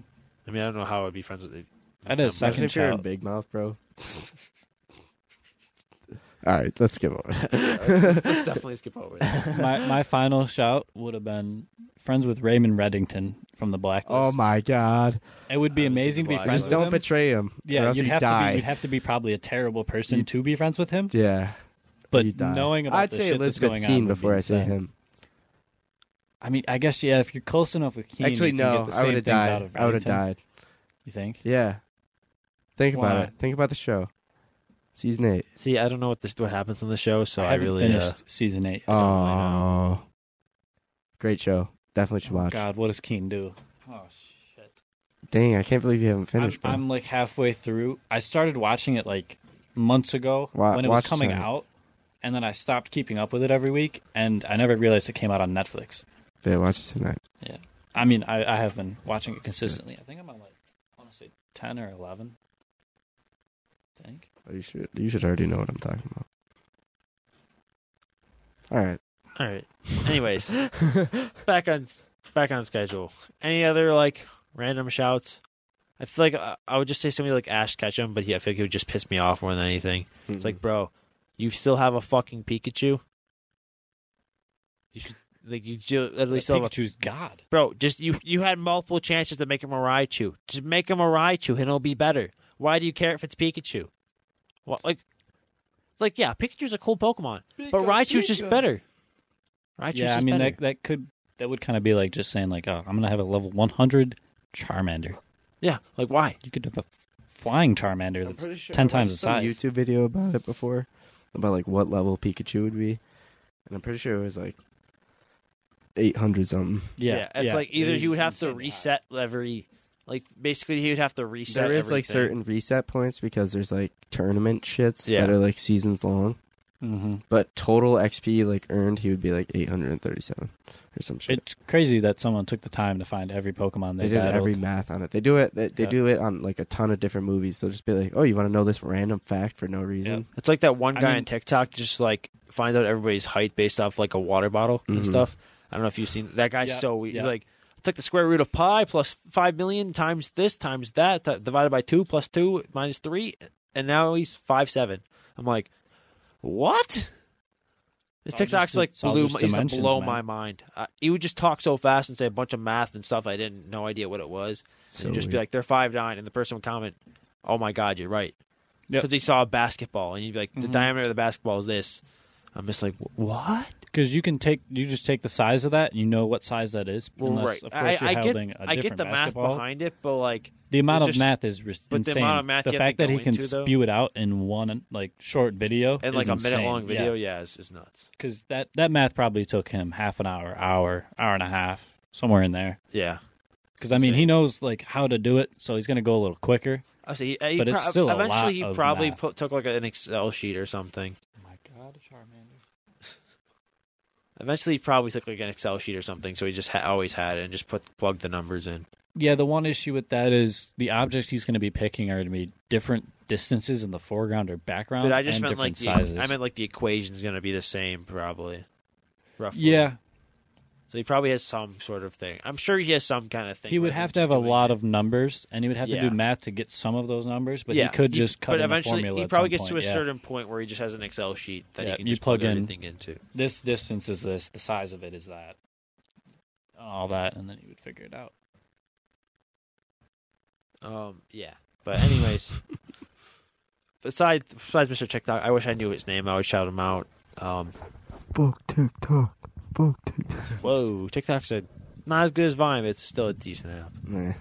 Speaker 1: I mean, I don't know how I'd be friends with.
Speaker 3: I did a
Speaker 1: Um,
Speaker 2: Imagine
Speaker 3: second
Speaker 2: if you're in
Speaker 3: child.
Speaker 2: Big Mouth, bro. All right, let's skip over.
Speaker 1: Let's definitely skip over that.
Speaker 3: my my final shout would have been friends with Raymond Reddington from the Blacklist.
Speaker 2: Oh my god!
Speaker 3: It would be
Speaker 1: I haven't seen
Speaker 3: amazing
Speaker 1: The
Speaker 3: to be
Speaker 1: Blacklist.
Speaker 3: friends
Speaker 2: Just
Speaker 3: with
Speaker 2: don't
Speaker 3: him.
Speaker 2: betray him. or
Speaker 3: yeah,
Speaker 2: else
Speaker 3: you'd
Speaker 2: you
Speaker 3: have to
Speaker 2: die.
Speaker 3: be you'd have to be probably a terrible person to be friends with him.
Speaker 2: yeah,
Speaker 3: But
Speaker 2: you die.
Speaker 3: knowing about
Speaker 2: I'd
Speaker 3: the
Speaker 2: say
Speaker 3: shit that's
Speaker 2: Elizabeth
Speaker 3: going on
Speaker 2: Keane
Speaker 3: would be
Speaker 2: before I say
Speaker 3: insane.
Speaker 2: him.
Speaker 3: I mean, I guess yeah. If you're close enough with Keane,
Speaker 2: Actually,
Speaker 3: you can
Speaker 2: no,
Speaker 3: get the
Speaker 2: I
Speaker 3: same
Speaker 2: would have
Speaker 3: things out
Speaker 2: died.
Speaker 3: of
Speaker 2: I would have
Speaker 3: Reddington,
Speaker 2: died.
Speaker 3: You think?
Speaker 2: Yeah. Think about
Speaker 3: Why?
Speaker 2: it. Think about the show. Season eight.
Speaker 1: See, I don't know what this what happens on the show, so I,
Speaker 3: haven't
Speaker 1: really
Speaker 3: finished
Speaker 1: uh,
Speaker 3: season eight.
Speaker 2: Oh,
Speaker 1: I don't really know.
Speaker 2: great show. Definitely should watch.
Speaker 3: Oh, God, what does Keane do? Oh shit!
Speaker 2: Dang, I can't believe you haven't finished. bro.
Speaker 3: I'm, I'm like halfway through. I started watching it like months ago
Speaker 2: Wa-
Speaker 3: when it was
Speaker 2: watch
Speaker 3: coming
Speaker 2: some.
Speaker 3: out, and then I stopped keeping up with it every week, and I never realized it came out on Netflix.
Speaker 2: Yeah, watch it tonight.
Speaker 3: I mean, I, I have been watching it consistently. I think I'm on like I want to say ten or eleven. I think.
Speaker 2: Oh, You should. You should already know what I'm talking about. All right.
Speaker 1: All right. Anyways, back on back on schedule. Any other like random shouts? I feel like uh, I would just say somebody like Ash Ketchum, but he, I feel like he would just piss me off more than anything. It's like, bro, you still have a fucking Pikachu. You should like you still at least still have a
Speaker 3: Pikachu's God.
Speaker 1: Bro, just you you had multiple chances to make him a Raichu. Just make him a Raichu and it'll be better. Why do you care if it's Pikachu? Well, like it's like yeah, Pikachu's a cool Pokemon. but Raichu's just better. Raichu's
Speaker 3: yeah, I
Speaker 1: just
Speaker 3: mean
Speaker 1: better.
Speaker 3: that that could that would kind of be like just saying like, oh, I'm gonna have a level 100 Charmander.
Speaker 1: yeah, like why?
Speaker 3: You could have a flying Charmander that's ten times the size.
Speaker 2: YouTube video about it before, about like what level Pikachu would be, and I'm pretty sure it was like 800 something.
Speaker 3: Yeah,
Speaker 1: it's
Speaker 3: yeah.
Speaker 1: like either
Speaker 3: It
Speaker 1: you would
Speaker 3: is
Speaker 1: have to
Speaker 3: insanely high.
Speaker 1: reset every like basically he would have to reset
Speaker 2: there is like
Speaker 1: everything.
Speaker 2: certain reset points because there's like tournament shits
Speaker 1: Yeah.
Speaker 2: that are like seasons long.
Speaker 3: Mhm.
Speaker 2: But total XP like earned, he would be like 837 or some shit.
Speaker 3: It's crazy that someone took the time to find every Pokemon
Speaker 2: they
Speaker 3: they,
Speaker 2: did
Speaker 3: battled.
Speaker 2: every math on it. They do it. They, they
Speaker 3: Yeah.
Speaker 2: do it on like a ton of different movies. They'll just be like, "Oh, you want to know this random fact for no reason?"
Speaker 1: It's like that one
Speaker 3: I
Speaker 1: guy
Speaker 3: mean-
Speaker 1: on TikTok just like finds out everybody's height based off like a water bottle and
Speaker 2: Mhm.
Speaker 1: stuff. I don't know if you've seen that guy's
Speaker 3: Yeah,
Speaker 1: so weird.
Speaker 3: yeah.
Speaker 1: He's like, I took the square root of pi plus five million times this times that th- divided by two plus two minus three, and now he's five seven. I'm like, what? This
Speaker 3: Oh, just
Speaker 1: TikTok's
Speaker 3: the-
Speaker 1: like
Speaker 3: it's all
Speaker 1: blew
Speaker 3: just
Speaker 1: my, used to
Speaker 3: dimensions,
Speaker 1: blow
Speaker 3: man.
Speaker 1: my mind. Uh, he would just talk so fast and say a bunch of math and stuff. I didn't no idea what it was.
Speaker 2: So
Speaker 1: and just be
Speaker 2: weird.
Speaker 1: like, they're five nine, and the person would comment, "Oh my god, you're right,"
Speaker 3: Yep.
Speaker 1: because he saw a basketball, and you'd be like, "The
Speaker 3: Mhm.
Speaker 1: diameter of the basketball is this." I'm just like, "Wh- what?
Speaker 3: Because you can take, you just take the size of that, and you know what size that is. unless, Of course,
Speaker 1: I,
Speaker 3: you're
Speaker 1: I
Speaker 3: holding
Speaker 1: get,
Speaker 3: a
Speaker 1: I get
Speaker 3: different
Speaker 1: the math
Speaker 3: basketball.
Speaker 1: behind it, but like,
Speaker 3: The amount
Speaker 1: It's
Speaker 3: of
Speaker 1: just-
Speaker 3: math is res-
Speaker 1: but the
Speaker 3: insane.
Speaker 1: amount of math
Speaker 3: the
Speaker 1: you have
Speaker 3: fact
Speaker 1: to
Speaker 3: that he
Speaker 1: go
Speaker 3: can
Speaker 1: into, though-
Speaker 3: spew it out in one like short video
Speaker 1: and like
Speaker 3: is
Speaker 1: a
Speaker 3: insane.
Speaker 1: minute long video, yeah. is is nuts.
Speaker 3: because that that math probably took him half an hour, hour, hour and a half, somewhere in there.
Speaker 1: Yeah,
Speaker 3: Because I mean, he
Speaker 1: Insane.
Speaker 3: knows like how to do it, so he's gonna go a little quicker.
Speaker 1: I see. He, he
Speaker 3: But it's
Speaker 1: prob-
Speaker 3: still a
Speaker 1: eventually he
Speaker 3: lot of
Speaker 1: probably
Speaker 3: math.
Speaker 1: put, took like an Excel sheet or something.
Speaker 3: Oh my God, Charmander!
Speaker 1: Eventually, he probably took like an Excel sheet or something, so he just ha- always had it and just put plugged the numbers in.
Speaker 3: Yeah, the one issue with that is the objects he's gonna be picking are gonna be different distances in the foreground or background,
Speaker 1: But I just
Speaker 3: Oh,
Speaker 1: meant
Speaker 3: and
Speaker 1: like
Speaker 3: different
Speaker 1: the,
Speaker 3: sizes.
Speaker 1: I meant like the equation's going to be the same probably, roughly.
Speaker 3: yeah,
Speaker 1: So he probably has some sort of thing. I'm sure he has some kind of thing.
Speaker 3: he
Speaker 1: where
Speaker 3: would have
Speaker 1: he's
Speaker 3: to have
Speaker 1: just
Speaker 3: a
Speaker 1: doing
Speaker 3: lot
Speaker 1: it.
Speaker 3: of numbers, and he would have
Speaker 1: Yeah.
Speaker 3: to do math to get some of those numbers. But
Speaker 1: yeah,
Speaker 3: he could just cut
Speaker 1: But
Speaker 3: in
Speaker 1: eventually,
Speaker 3: the formula.
Speaker 1: he
Speaker 3: at
Speaker 1: probably
Speaker 3: some
Speaker 1: gets
Speaker 3: point,
Speaker 1: to a
Speaker 3: yeah.
Speaker 1: certain point where he just has an Excel sheet that
Speaker 3: Yeah,
Speaker 1: he can
Speaker 3: you
Speaker 1: just plug,
Speaker 3: plug in-
Speaker 1: everything into.
Speaker 3: this distance is this, the size of it is that, all that, and then he would figure it out.
Speaker 1: Um, yeah. But anyways, besides besides Mr. TikTok, I wish I knew his name. I would shout him out. Um,
Speaker 2: Fuck TikTok. Fuck TikTok.
Speaker 1: whoa, TikTok's a not as good as Vine, but it's still a decent app.
Speaker 2: Nah.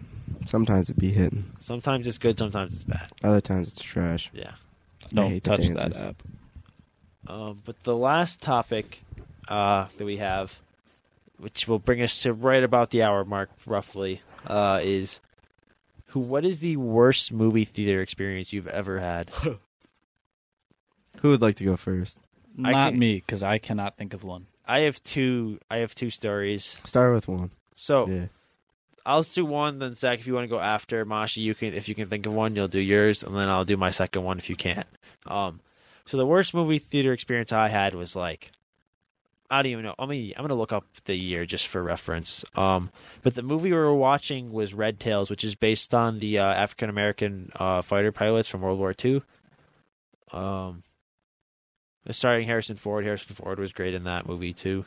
Speaker 2: Sometimes it be hitting.
Speaker 1: Sometimes it's good, sometimes it's bad.
Speaker 2: Other times it's trash.
Speaker 1: Yeah.
Speaker 3: Don't
Speaker 2: hate the
Speaker 3: touch that
Speaker 2: dances.
Speaker 3: app.
Speaker 1: Um, but the last topic uh, that we have, which will bring us to right about the hour mark, roughly, uh, is who? What is the worst movie theater experience you've ever had?
Speaker 2: Who would like to go first?
Speaker 1: I
Speaker 3: Not
Speaker 1: can-
Speaker 3: me, because I cannot think of one.
Speaker 1: I have two. I have two stories.
Speaker 2: Start with one.
Speaker 1: So
Speaker 2: Yeah.
Speaker 1: I'll do one. Then Zach, if you want to go after Mashi, you can. If you can think of one, you'll do yours, and then I'll do my second one if you can't. Um, so the worst movie theater experience I had was like, I don't even know. I mean, I'm gonna look up the year just for reference. Um, but the movie we were watching was Red Tails, which is based on the uh, African American uh, fighter pilots from World War II. Um, starting Harrison Ford. Harrison Ford was great in that movie too.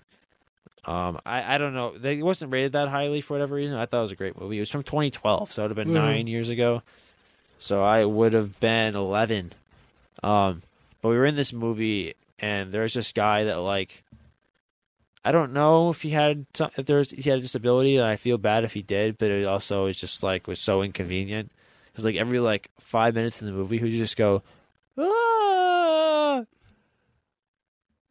Speaker 1: Um, I, I don't know. They, it wasn't rated that highly for whatever reason. I thought it was a great movie. It was from 2012, so it would have been
Speaker 2: Mhm.
Speaker 1: nine years ago. So I would have been 11. Um, but we were in this movie, and there's this guy that like, I don't know if he had some- if there's he had a disability, and I feel bad if he did, but it also is just like was so inconvenient. Because like every like five minutes in the movie, he would just go, ah.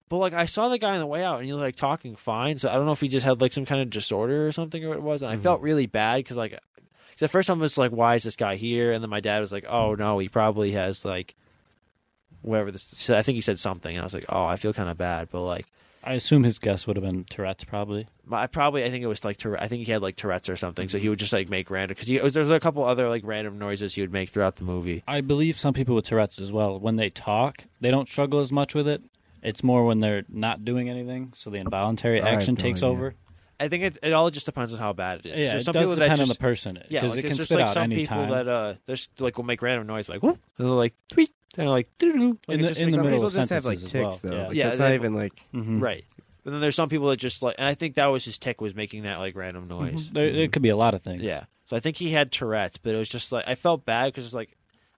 Speaker 1: But like I saw the guy on the way out, and he was like talking fine. So I don't know if he just had like some kind of disorder or something, or what it was. And I felt really bad because like, cause at first I'm just like, why is this guy here? And then my dad was like, oh no, he probably has like, whatever this. So I think he said something, and I was like, oh, I feel kind of bad. But like,
Speaker 3: I assume his guess would have been Tourette's, probably.
Speaker 1: my- I probably I think it was like Tourette, I think he had like Tourette's or something.
Speaker 3: Mm-hmm.
Speaker 1: So he would just like make random because there's a couple other like random noises he would make throughout the movie.
Speaker 3: I believe some people with Tourette's as well. When they talk, they don't struggle as much with it. It's more when they're not doing anything, so the involuntary
Speaker 2: I have
Speaker 3: action
Speaker 2: no
Speaker 3: takes
Speaker 2: idea.
Speaker 3: over.
Speaker 1: I think it it all just depends on how bad it is.
Speaker 3: Yeah,
Speaker 1: There's
Speaker 3: it
Speaker 1: some
Speaker 3: does
Speaker 1: people that
Speaker 3: depend on
Speaker 1: just-
Speaker 3: the person because
Speaker 1: Yeah, like,
Speaker 3: it
Speaker 1: it's
Speaker 3: can
Speaker 1: just
Speaker 3: spit
Speaker 1: like
Speaker 3: out
Speaker 1: some
Speaker 3: any
Speaker 1: people
Speaker 3: time.
Speaker 1: that uh, there's like will make random noise like whoop, and they're like tweet, and they're like doo like
Speaker 3: In
Speaker 1: it's
Speaker 3: the-
Speaker 1: just
Speaker 3: in
Speaker 1: like-
Speaker 2: Some
Speaker 3: middle
Speaker 2: people
Speaker 3: of
Speaker 2: just have like
Speaker 3: sentences
Speaker 2: ticks
Speaker 3: as
Speaker 2: though.
Speaker 3: well, yeah.
Speaker 2: Like,
Speaker 1: Yeah,
Speaker 2: that's
Speaker 1: they
Speaker 2: not
Speaker 1: have-
Speaker 2: even like
Speaker 3: Mhm.
Speaker 1: right. And then there's some people that just like, and I think that was his tick was making that like random noise.
Speaker 3: There, it could be a lot of things.
Speaker 1: Yeah. So I think he had Tourette's, but it was just like I felt bad because it's like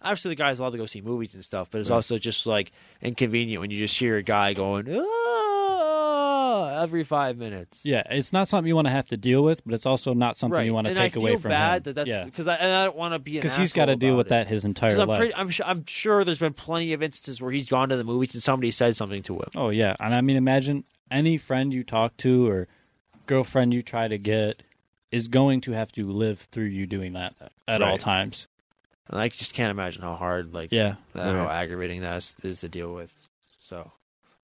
Speaker 1: obviously the guy's allowed to go see movies and stuff, but it's also just like inconvenient when you just hear a guy going "Ah," every five minutes.
Speaker 3: Yeah, it's not something you want to have to deal with, but it's also not something you want to
Speaker 1: and
Speaker 3: take
Speaker 1: I feel
Speaker 3: away from
Speaker 1: bad
Speaker 3: him.
Speaker 1: that that's
Speaker 3: yeah,
Speaker 1: because I, and I don't want to be because
Speaker 3: he's got to deal with that his entire
Speaker 1: I'm,
Speaker 3: life.
Speaker 1: pretty, I'm, su- I'm sure there's been plenty of instances where he's gone to the movies and somebody said something to him.
Speaker 3: Oh yeah, and I mean, imagine any friend you talk to or girlfriend you try to get is going to have to live through you doing that at all
Speaker 1: Right.
Speaker 3: times.
Speaker 1: And I just can't imagine how hard, like,
Speaker 3: Yeah,
Speaker 1: that- how
Speaker 2: Right.
Speaker 1: aggravating that is, is to deal with. So,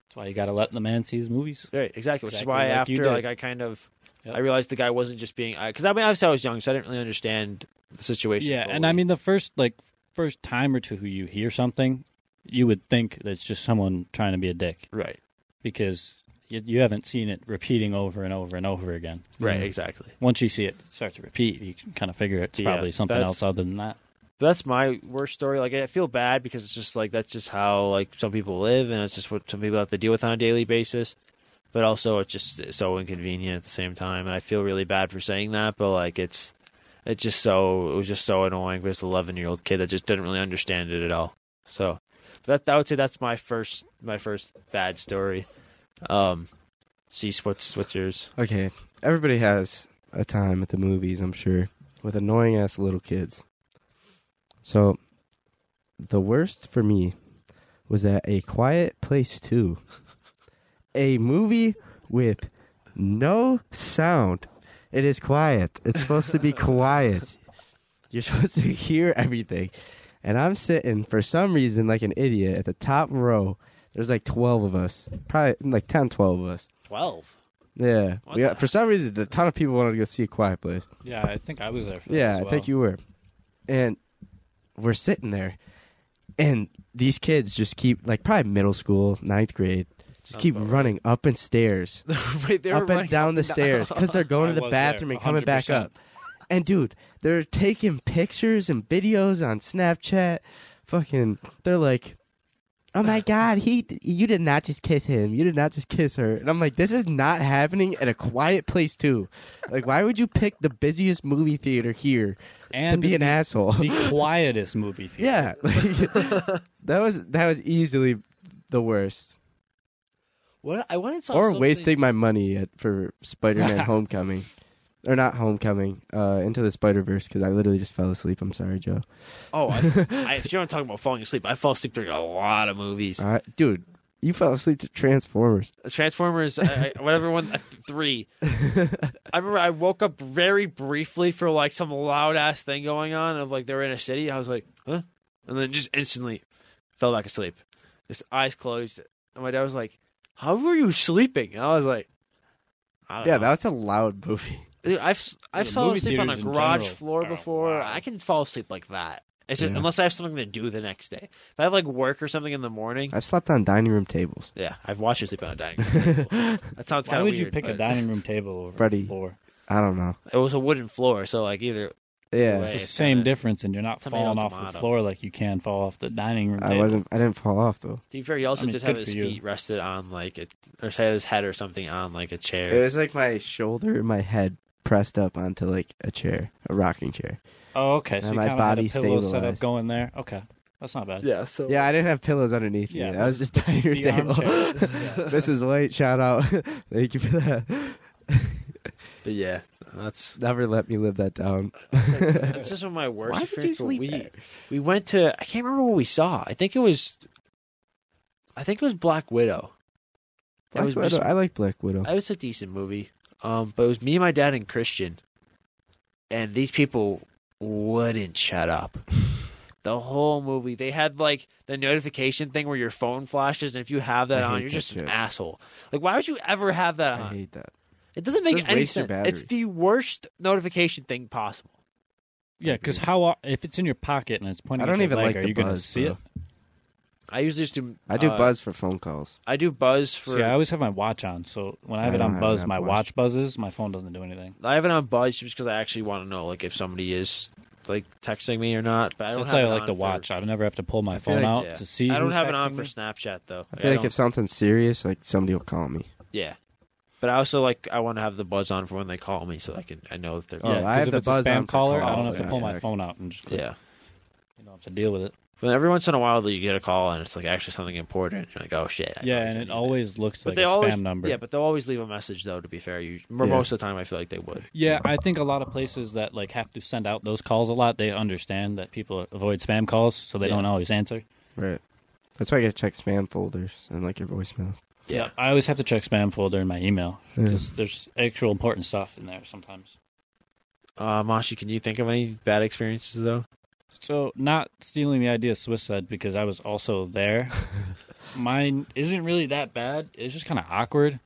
Speaker 3: that's why you got to let the man see his movies.
Speaker 1: right, exactly. Which
Speaker 3: Exactly
Speaker 1: is why
Speaker 3: like you
Speaker 1: after,
Speaker 3: did.
Speaker 1: like, I kind of,
Speaker 3: Yep.
Speaker 1: I realized the guy wasn't just being, because I mean, obviously I was young, so I didn't really understand the situation.
Speaker 3: Yeah, and
Speaker 1: fully.
Speaker 3: I mean, the first like first time or two you hear something, you would think that's just someone trying to be a dick
Speaker 1: right,
Speaker 3: because you, you haven't seen it repeating over and over and over again.
Speaker 1: right, exactly.
Speaker 3: Once you see it start to repeat, you can kind of figure it's
Speaker 1: Yeah,
Speaker 3: probably something
Speaker 1: that's-
Speaker 3: else other than that.
Speaker 1: that's my worst story. Like I feel bad because it's just like that's just how like some people live, and it's just what some people have to deal with on a daily basis. But also, it's just so inconvenient at the same time, and I feel really bad for saying that. But like, it's it's just so it was just so annoying for this eleven year old kid that just didn't really understand it at all. So that I would say that's my first my first bad story. Um, Cease, what's what's yours?
Speaker 2: okay. Everybody has a time at the movies, I'm sure, with annoying ass little kids. So, the worst for me was at A Quiet Place Two, a movie with no sound. It is quiet. It's supposed to be quiet. You're supposed to hear everything. And I'm sitting for some reason like an idiot at the top row. There's like 12 of us, probably like 10, 12 of us.
Speaker 1: Twelve.
Speaker 2: Yeah,
Speaker 1: What
Speaker 2: we got,
Speaker 1: the-
Speaker 2: for some reason, a ton of people wanted to go see a quiet place.
Speaker 3: Yeah, I think I was there. For
Speaker 2: yeah, I think you were, and we're sitting there, and these kids just keep like probably middle school, ninth grade, just
Speaker 1: Sounds
Speaker 2: keep
Speaker 1: about right.
Speaker 2: running up and stairs,
Speaker 1: Wait, they were
Speaker 2: up and
Speaker 1: running-
Speaker 2: down the stairs because they're going to
Speaker 3: I
Speaker 2: the
Speaker 3: was there,
Speaker 2: bathroom and coming back
Speaker 3: 100%.
Speaker 2: up. And dude, they're taking pictures and videos on Snapchat. Fucking, they're like, "Oh my god, he, you did not just kiss him. You did not just kiss her." And I'm like, "This is not happening at a quiet place too. Like, why would you pick the busiest movie theater here
Speaker 3: and
Speaker 2: to be an asshole?"
Speaker 3: the quietest movie theater.
Speaker 2: yeah, like, that was that was easily the worst.
Speaker 1: What I went and saw
Speaker 2: or
Speaker 1: something-
Speaker 2: wasting my money at, for Spider-Man Homecoming, or not Homecoming, uh, Into the Spider-Verse because I literally just fell asleep. I'm sorry, Joe.
Speaker 1: Oh, I, I, if you want to talk about falling asleep, I fall asleep during a lot of movies. Uh,
Speaker 2: All right, dude, you fell asleep to Transformers.
Speaker 1: Transformers, I, I, whatever one, uh, three. I remember I woke up very briefly for like some loud ass thing going on of like they were in a city. I was like, huh? And then just instantly fell back asleep. His eyes closed. And my dad was like, how were you sleeping? And I was like, I don't
Speaker 2: Yeah,
Speaker 1: know.
Speaker 2: that was a loud movie.
Speaker 1: Dude, I've I
Speaker 3: The
Speaker 1: fell
Speaker 3: movie
Speaker 1: asleep on a
Speaker 3: theaters in
Speaker 1: garage
Speaker 3: general
Speaker 1: floor
Speaker 3: are
Speaker 1: before.
Speaker 3: wild.
Speaker 1: I can fall asleep like that. It's just,
Speaker 2: Yeah.
Speaker 1: unless I have something to do the next day. If I have like work or something in the morning,
Speaker 2: I've slept on dining room tables.
Speaker 1: yeah, I've watched you sleep on a dining room. table. that sounds
Speaker 3: Why
Speaker 1: kind of
Speaker 3: would
Speaker 1: weird.
Speaker 3: you pick a
Speaker 1: but
Speaker 3: dining room table over
Speaker 2: Freddie.
Speaker 3: a floor?
Speaker 2: I don't know.
Speaker 1: It was a wooden floor, so like either
Speaker 2: Yeah.
Speaker 3: It's
Speaker 1: way.
Speaker 3: the
Speaker 1: It's
Speaker 3: same
Speaker 1: kinda
Speaker 3: difference, and you're not
Speaker 1: tomato,
Speaker 3: falling off the
Speaker 1: tomato.
Speaker 3: floor like you can fall off the dining room.
Speaker 2: I
Speaker 3: table.
Speaker 2: wasn't. I didn't fall off though.
Speaker 1: To be fair, he also
Speaker 3: I mean,
Speaker 1: did
Speaker 3: good
Speaker 1: have
Speaker 3: for
Speaker 1: his
Speaker 3: you.
Speaker 1: feet rested on like it, or had his head or something on like a chair.
Speaker 2: It was like my shoulder and my head pressed up onto like a chair, a rocking chair.
Speaker 3: Oh, okay. So
Speaker 2: And
Speaker 3: you
Speaker 2: my
Speaker 3: kind of had a
Speaker 2: body
Speaker 3: pillow set up
Speaker 2: stabilized.
Speaker 3: going there. Okay, that's not bad.
Speaker 1: yeah. So
Speaker 2: Yeah, I didn't have pillows underneath
Speaker 3: Yeah,
Speaker 2: me. I was just on your
Speaker 3: the
Speaker 2: table.
Speaker 3: armchair.
Speaker 2: Mrs. White, shout out. Thank you for that.
Speaker 1: but yeah, that's.
Speaker 2: Never let me live that down.
Speaker 1: That's just one of my worst.
Speaker 2: Why did you
Speaker 1: experiences, but
Speaker 2: sleep
Speaker 1: we
Speaker 2: there?
Speaker 1: we went to I can't remember what we saw. I think it was, I think it was Black Widow. That
Speaker 2: Black
Speaker 1: was
Speaker 2: Widow.
Speaker 1: just-
Speaker 2: I like Black Widow.
Speaker 1: It was a decent movie. Um, but it was me, my dad, and Christian, and these people wouldn't shut up. The whole movie, they had like the notification thing where your phone flashes, and if you have that
Speaker 2: I
Speaker 1: on,
Speaker 2: hate
Speaker 1: you're
Speaker 2: that
Speaker 1: just an
Speaker 2: shit.
Speaker 1: asshole. Like, why would you ever have that
Speaker 2: I
Speaker 1: on?
Speaker 2: hate that.
Speaker 1: It doesn't make
Speaker 2: Just
Speaker 1: any
Speaker 2: waste your
Speaker 1: sense. It's
Speaker 2: battery.
Speaker 1: the worst notification thing possible.
Speaker 3: Yeah, because how are- if it's in your pocket and it's pointing?
Speaker 2: I don't
Speaker 3: at your
Speaker 2: even
Speaker 3: leg,
Speaker 2: like
Speaker 3: Are
Speaker 2: the
Speaker 3: you gonna
Speaker 2: buzz,
Speaker 3: see
Speaker 2: bro.
Speaker 3: it?
Speaker 1: I usually just do.
Speaker 2: I do
Speaker 1: uh,
Speaker 2: buzz for phone calls.
Speaker 1: I do buzz for.
Speaker 3: See, I always have my watch on, so when I have
Speaker 2: I
Speaker 3: it
Speaker 2: don't
Speaker 3: on
Speaker 2: have
Speaker 3: buzz,
Speaker 2: that
Speaker 3: my
Speaker 2: watch.
Speaker 3: watch buzzes. My phone doesn't do anything.
Speaker 1: I have it on buzz just because I actually want to know like if somebody is like texting me or not. But I
Speaker 3: So
Speaker 1: don't
Speaker 3: that's
Speaker 1: have
Speaker 3: how I
Speaker 1: it
Speaker 3: like
Speaker 1: on
Speaker 3: to
Speaker 1: for-
Speaker 3: watch. I don't ever have to pull my
Speaker 2: feel
Speaker 3: phone
Speaker 2: like-
Speaker 3: out
Speaker 1: yeah.
Speaker 3: to see.
Speaker 1: I don't
Speaker 3: who's
Speaker 1: have it on
Speaker 3: texting
Speaker 1: for
Speaker 3: me.
Speaker 1: Snapchat though.
Speaker 2: I feel like if something's serious, like somebody will call me.
Speaker 1: yeah, but I also like I want to have the buzz on for when they call me, so I can I know that they're
Speaker 2: Oh,
Speaker 3: Yeah,
Speaker 2: I
Speaker 3: 'cause
Speaker 2: have
Speaker 3: if
Speaker 2: the
Speaker 3: it's
Speaker 2: buzz
Speaker 3: a
Speaker 2: on for
Speaker 3: spam caller, I
Speaker 1: call,
Speaker 3: don't have to
Speaker 1: yeah,
Speaker 3: pull my
Speaker 2: text.
Speaker 3: phone out and just click.
Speaker 1: yeah.
Speaker 3: You don't have to deal with it.
Speaker 1: But every once in a while, you get a call and it's like actually something important. You're like, oh shit. I probably
Speaker 3: yeah, and
Speaker 1: shouldn't
Speaker 3: it
Speaker 1: do that.
Speaker 3: always looks
Speaker 1: But
Speaker 3: like
Speaker 1: they
Speaker 3: a
Speaker 1: always,
Speaker 3: spam number.
Speaker 1: Yeah, but they'll always leave a message though. To be fair, you
Speaker 2: Yeah.
Speaker 1: most of the time I feel like they would.
Speaker 3: Yeah, I think a lot of places that like have to send out those calls a lot, they understand that people avoid spam calls, so they
Speaker 1: Yeah.
Speaker 3: don't always answer.
Speaker 2: Right. That's why I gotta check spam folders and like your voicemail.
Speaker 1: Yeah.
Speaker 3: I always have to check spam folder in my email
Speaker 2: Yeah.
Speaker 3: because there's actual important stuff in there sometimes.
Speaker 1: Uh, Mashi, can you think of any bad experiences though?
Speaker 3: So, not stealing the idea Swiss said because I was also there. Mine isn't really that bad. It's just kind of awkward.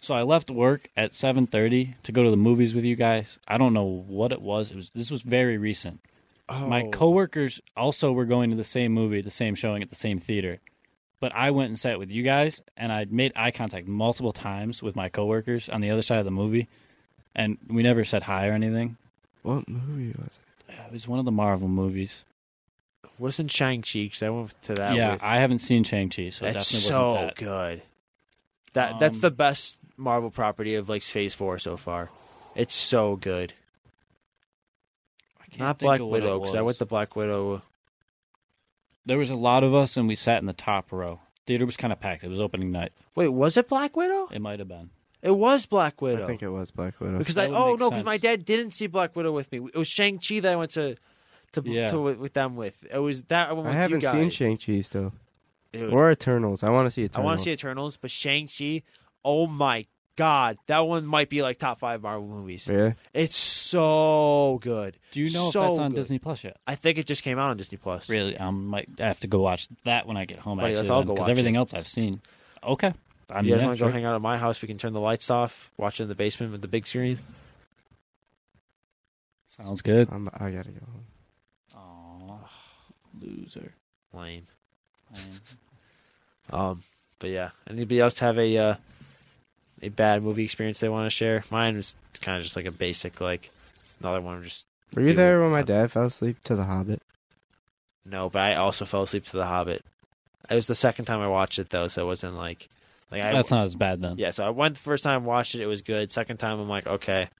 Speaker 3: So I left work at 7:30 to go to the movies with you guys. I don't know what it was. It was this was very recent.
Speaker 1: Oh,
Speaker 3: My coworkers also were going to the same movie, the same showing at the same theater. But I went and sat with you guys, and I made eye contact multiple times with my coworkers on the other side of the movie, and we never said hi or anything.
Speaker 2: What movie was it?
Speaker 3: It was one of the Marvel movies.
Speaker 1: wasn't Shang Chi because I went to that.
Speaker 3: yeah,
Speaker 1: with-
Speaker 3: I haven't seen Shang Chi, so it
Speaker 1: that's
Speaker 3: definitely
Speaker 1: so
Speaker 3: wasn't that.
Speaker 1: good. That that's
Speaker 3: Um,
Speaker 1: the best Marvel property of like Phase Four so far. It's so good.
Speaker 3: I can't
Speaker 1: Not
Speaker 3: think
Speaker 1: Black
Speaker 3: of what it
Speaker 1: Widow because I
Speaker 3: was.
Speaker 1: went to Black Widow.
Speaker 3: There was a lot of us, and we sat in the top row. Theater was kind of packed. It was opening night.
Speaker 1: Wait, was it Black Widow?
Speaker 3: It might have been.
Speaker 1: It was Black Widow.
Speaker 2: I think it was Black Widow.
Speaker 1: because
Speaker 3: That
Speaker 1: I
Speaker 3: would
Speaker 1: oh
Speaker 3: make
Speaker 1: no because my
Speaker 3: sense.
Speaker 1: dad didn't see Black Widow with me. It was Shang Chi that I went to to,
Speaker 3: Yeah.
Speaker 1: to with them with. It was that one.
Speaker 2: I
Speaker 1: With
Speaker 2: haven't
Speaker 1: you
Speaker 2: seen
Speaker 1: guys.
Speaker 2: Shang Chi still.
Speaker 1: Dude,
Speaker 2: Or Eternals. I want to see
Speaker 1: I
Speaker 2: Eternals.
Speaker 1: want to see Eternals, but Shang Chi. Oh my god, that one might be like top five Marvel movies.
Speaker 2: Really?
Speaker 1: It's so good.
Speaker 3: Do you know
Speaker 1: So
Speaker 3: if that's on
Speaker 1: good.
Speaker 3: Disney Plus yet?
Speaker 1: I think it just came out on Disney Plus.
Speaker 3: Really, I might have to go watch that when I get home.
Speaker 1: Buddy, let's all
Speaker 3: actually,
Speaker 1: go
Speaker 3: because
Speaker 1: watch
Speaker 3: everything
Speaker 1: it.
Speaker 3: else I've seen. Okay, I
Speaker 1: you
Speaker 3: mean,
Speaker 1: guys
Speaker 3: yeah,
Speaker 1: want to
Speaker 3: sure.
Speaker 1: go hang out at my house? We can turn the lights off, watch it in the basement with the big screen.
Speaker 3: Sounds good.
Speaker 2: I'm, I gotta go home.
Speaker 3: Aw, loser.
Speaker 1: Lame.
Speaker 3: I am-
Speaker 1: Um, but yeah, anybody else have a uh, a bad movie experience they want to share? Mine was kind of just like a basic like another one. Just
Speaker 2: Were you
Speaker 1: Dude,
Speaker 2: there when my
Speaker 1: I'm-
Speaker 2: dad fell asleep to The Hobbit?
Speaker 1: no, but I also fell asleep to The Hobbit. It was the second time I watched it though, so it wasn't like like I
Speaker 3: That's not as bad then.
Speaker 1: yeah. So I went the first time, watched it, it was good. Second time, I'm like okay,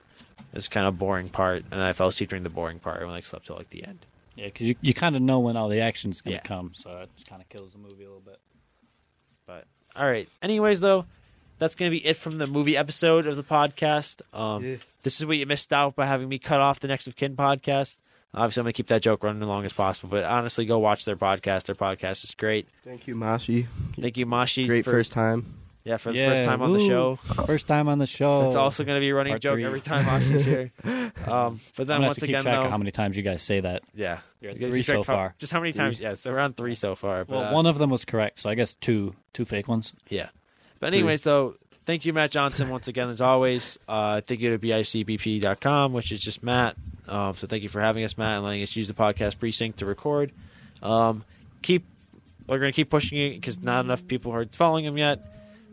Speaker 1: it's kind of boring part, and I fell asleep during the boring part and like slept till like the end.
Speaker 3: Yeah, because you, you kind of know when all the action's going
Speaker 1: Yeah.
Speaker 3: to come, so it just kind of kills the movie a little bit.
Speaker 1: But all right. Anyways, though, that's gonna be it from the movie episode of the podcast. Um,
Speaker 2: Yeah.
Speaker 1: This is what you missed out by having me cut off the next of kin podcast. Obviously, I'm gonna keep that joke running as long as possible. But honestly, go watch their podcast. Their podcast is great.
Speaker 2: Thank you, Mashi.
Speaker 1: Thank you, Mashi.
Speaker 2: Great
Speaker 1: for,
Speaker 2: first time.
Speaker 1: yeah for the
Speaker 3: Yeah,
Speaker 1: first time on the
Speaker 3: woo.
Speaker 1: show.
Speaker 3: First time on the show.
Speaker 1: That's also gonna be a running
Speaker 3: Part
Speaker 1: joke
Speaker 3: three.
Speaker 1: every time Mashi's here. Um, but
Speaker 3: I'm
Speaker 1: then
Speaker 3: gonna
Speaker 1: once
Speaker 3: have to keep
Speaker 1: again,
Speaker 3: track
Speaker 1: though,
Speaker 3: of how many times you guys say that.
Speaker 1: yeah,
Speaker 3: You're at
Speaker 1: You gotta
Speaker 3: three
Speaker 1: keep track
Speaker 3: so
Speaker 1: of how-
Speaker 3: far.
Speaker 1: Just how many times? Yeah, so we're on three so far. But,
Speaker 3: Well,
Speaker 1: uh,
Speaker 3: one of them was correct, so I guess two two fake ones.
Speaker 1: Yeah. But anyways, though, thank you, Matt Johnson, once again, as always. Uh, thank you to BICBP.com, which is just Matt. Um, so thank you for having us, Matt, and letting us use the podcast precinct to record. Um, keep We're going to keep pushing it because not enough people are following him yet.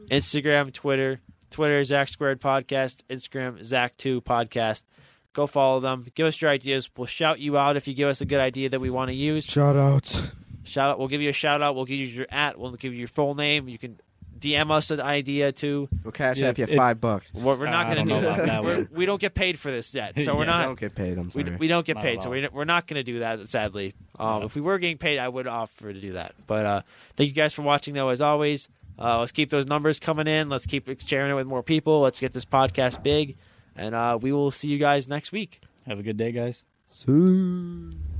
Speaker 1: Instagram, Twitter. Twitter, Zach Squared Podcast. Instagram, Zach2 Podcast. Go follow them. Give us your ideas. We'll shout you out if you give us a good idea that we want to use.
Speaker 2: Shout outs.
Speaker 1: Shout out. We'll give you a shout out. We'll give you your at. We'll give you your full name. You can DM us an idea too.
Speaker 2: We'll cash
Speaker 3: Yeah,
Speaker 2: app you
Speaker 3: it-
Speaker 2: five bucks.
Speaker 1: We're, we're not
Speaker 3: I
Speaker 1: going
Speaker 3: don't
Speaker 1: to do
Speaker 3: know
Speaker 1: that.
Speaker 3: about that
Speaker 1: We're-
Speaker 3: one.
Speaker 1: we don't get paid for this yet, so we're
Speaker 3: Yeah,
Speaker 1: not.
Speaker 2: don't get paid. I'm
Speaker 1: We,
Speaker 2: sorry.
Speaker 1: we don't get
Speaker 3: Not
Speaker 1: paid,
Speaker 3: at
Speaker 1: so
Speaker 3: all.
Speaker 1: we're, we're not going to do that, sadly. Um,
Speaker 3: Yeah.
Speaker 1: If we were getting paid, I would offer to do that. But uh, thank you guys for watching, though, as always. Uh, let's keep those numbers coming in. Let's keep sharing it with more people. Let's get this podcast big. And uh, we will see you guys next week.
Speaker 3: Have a good day, guys.
Speaker 2: Soon.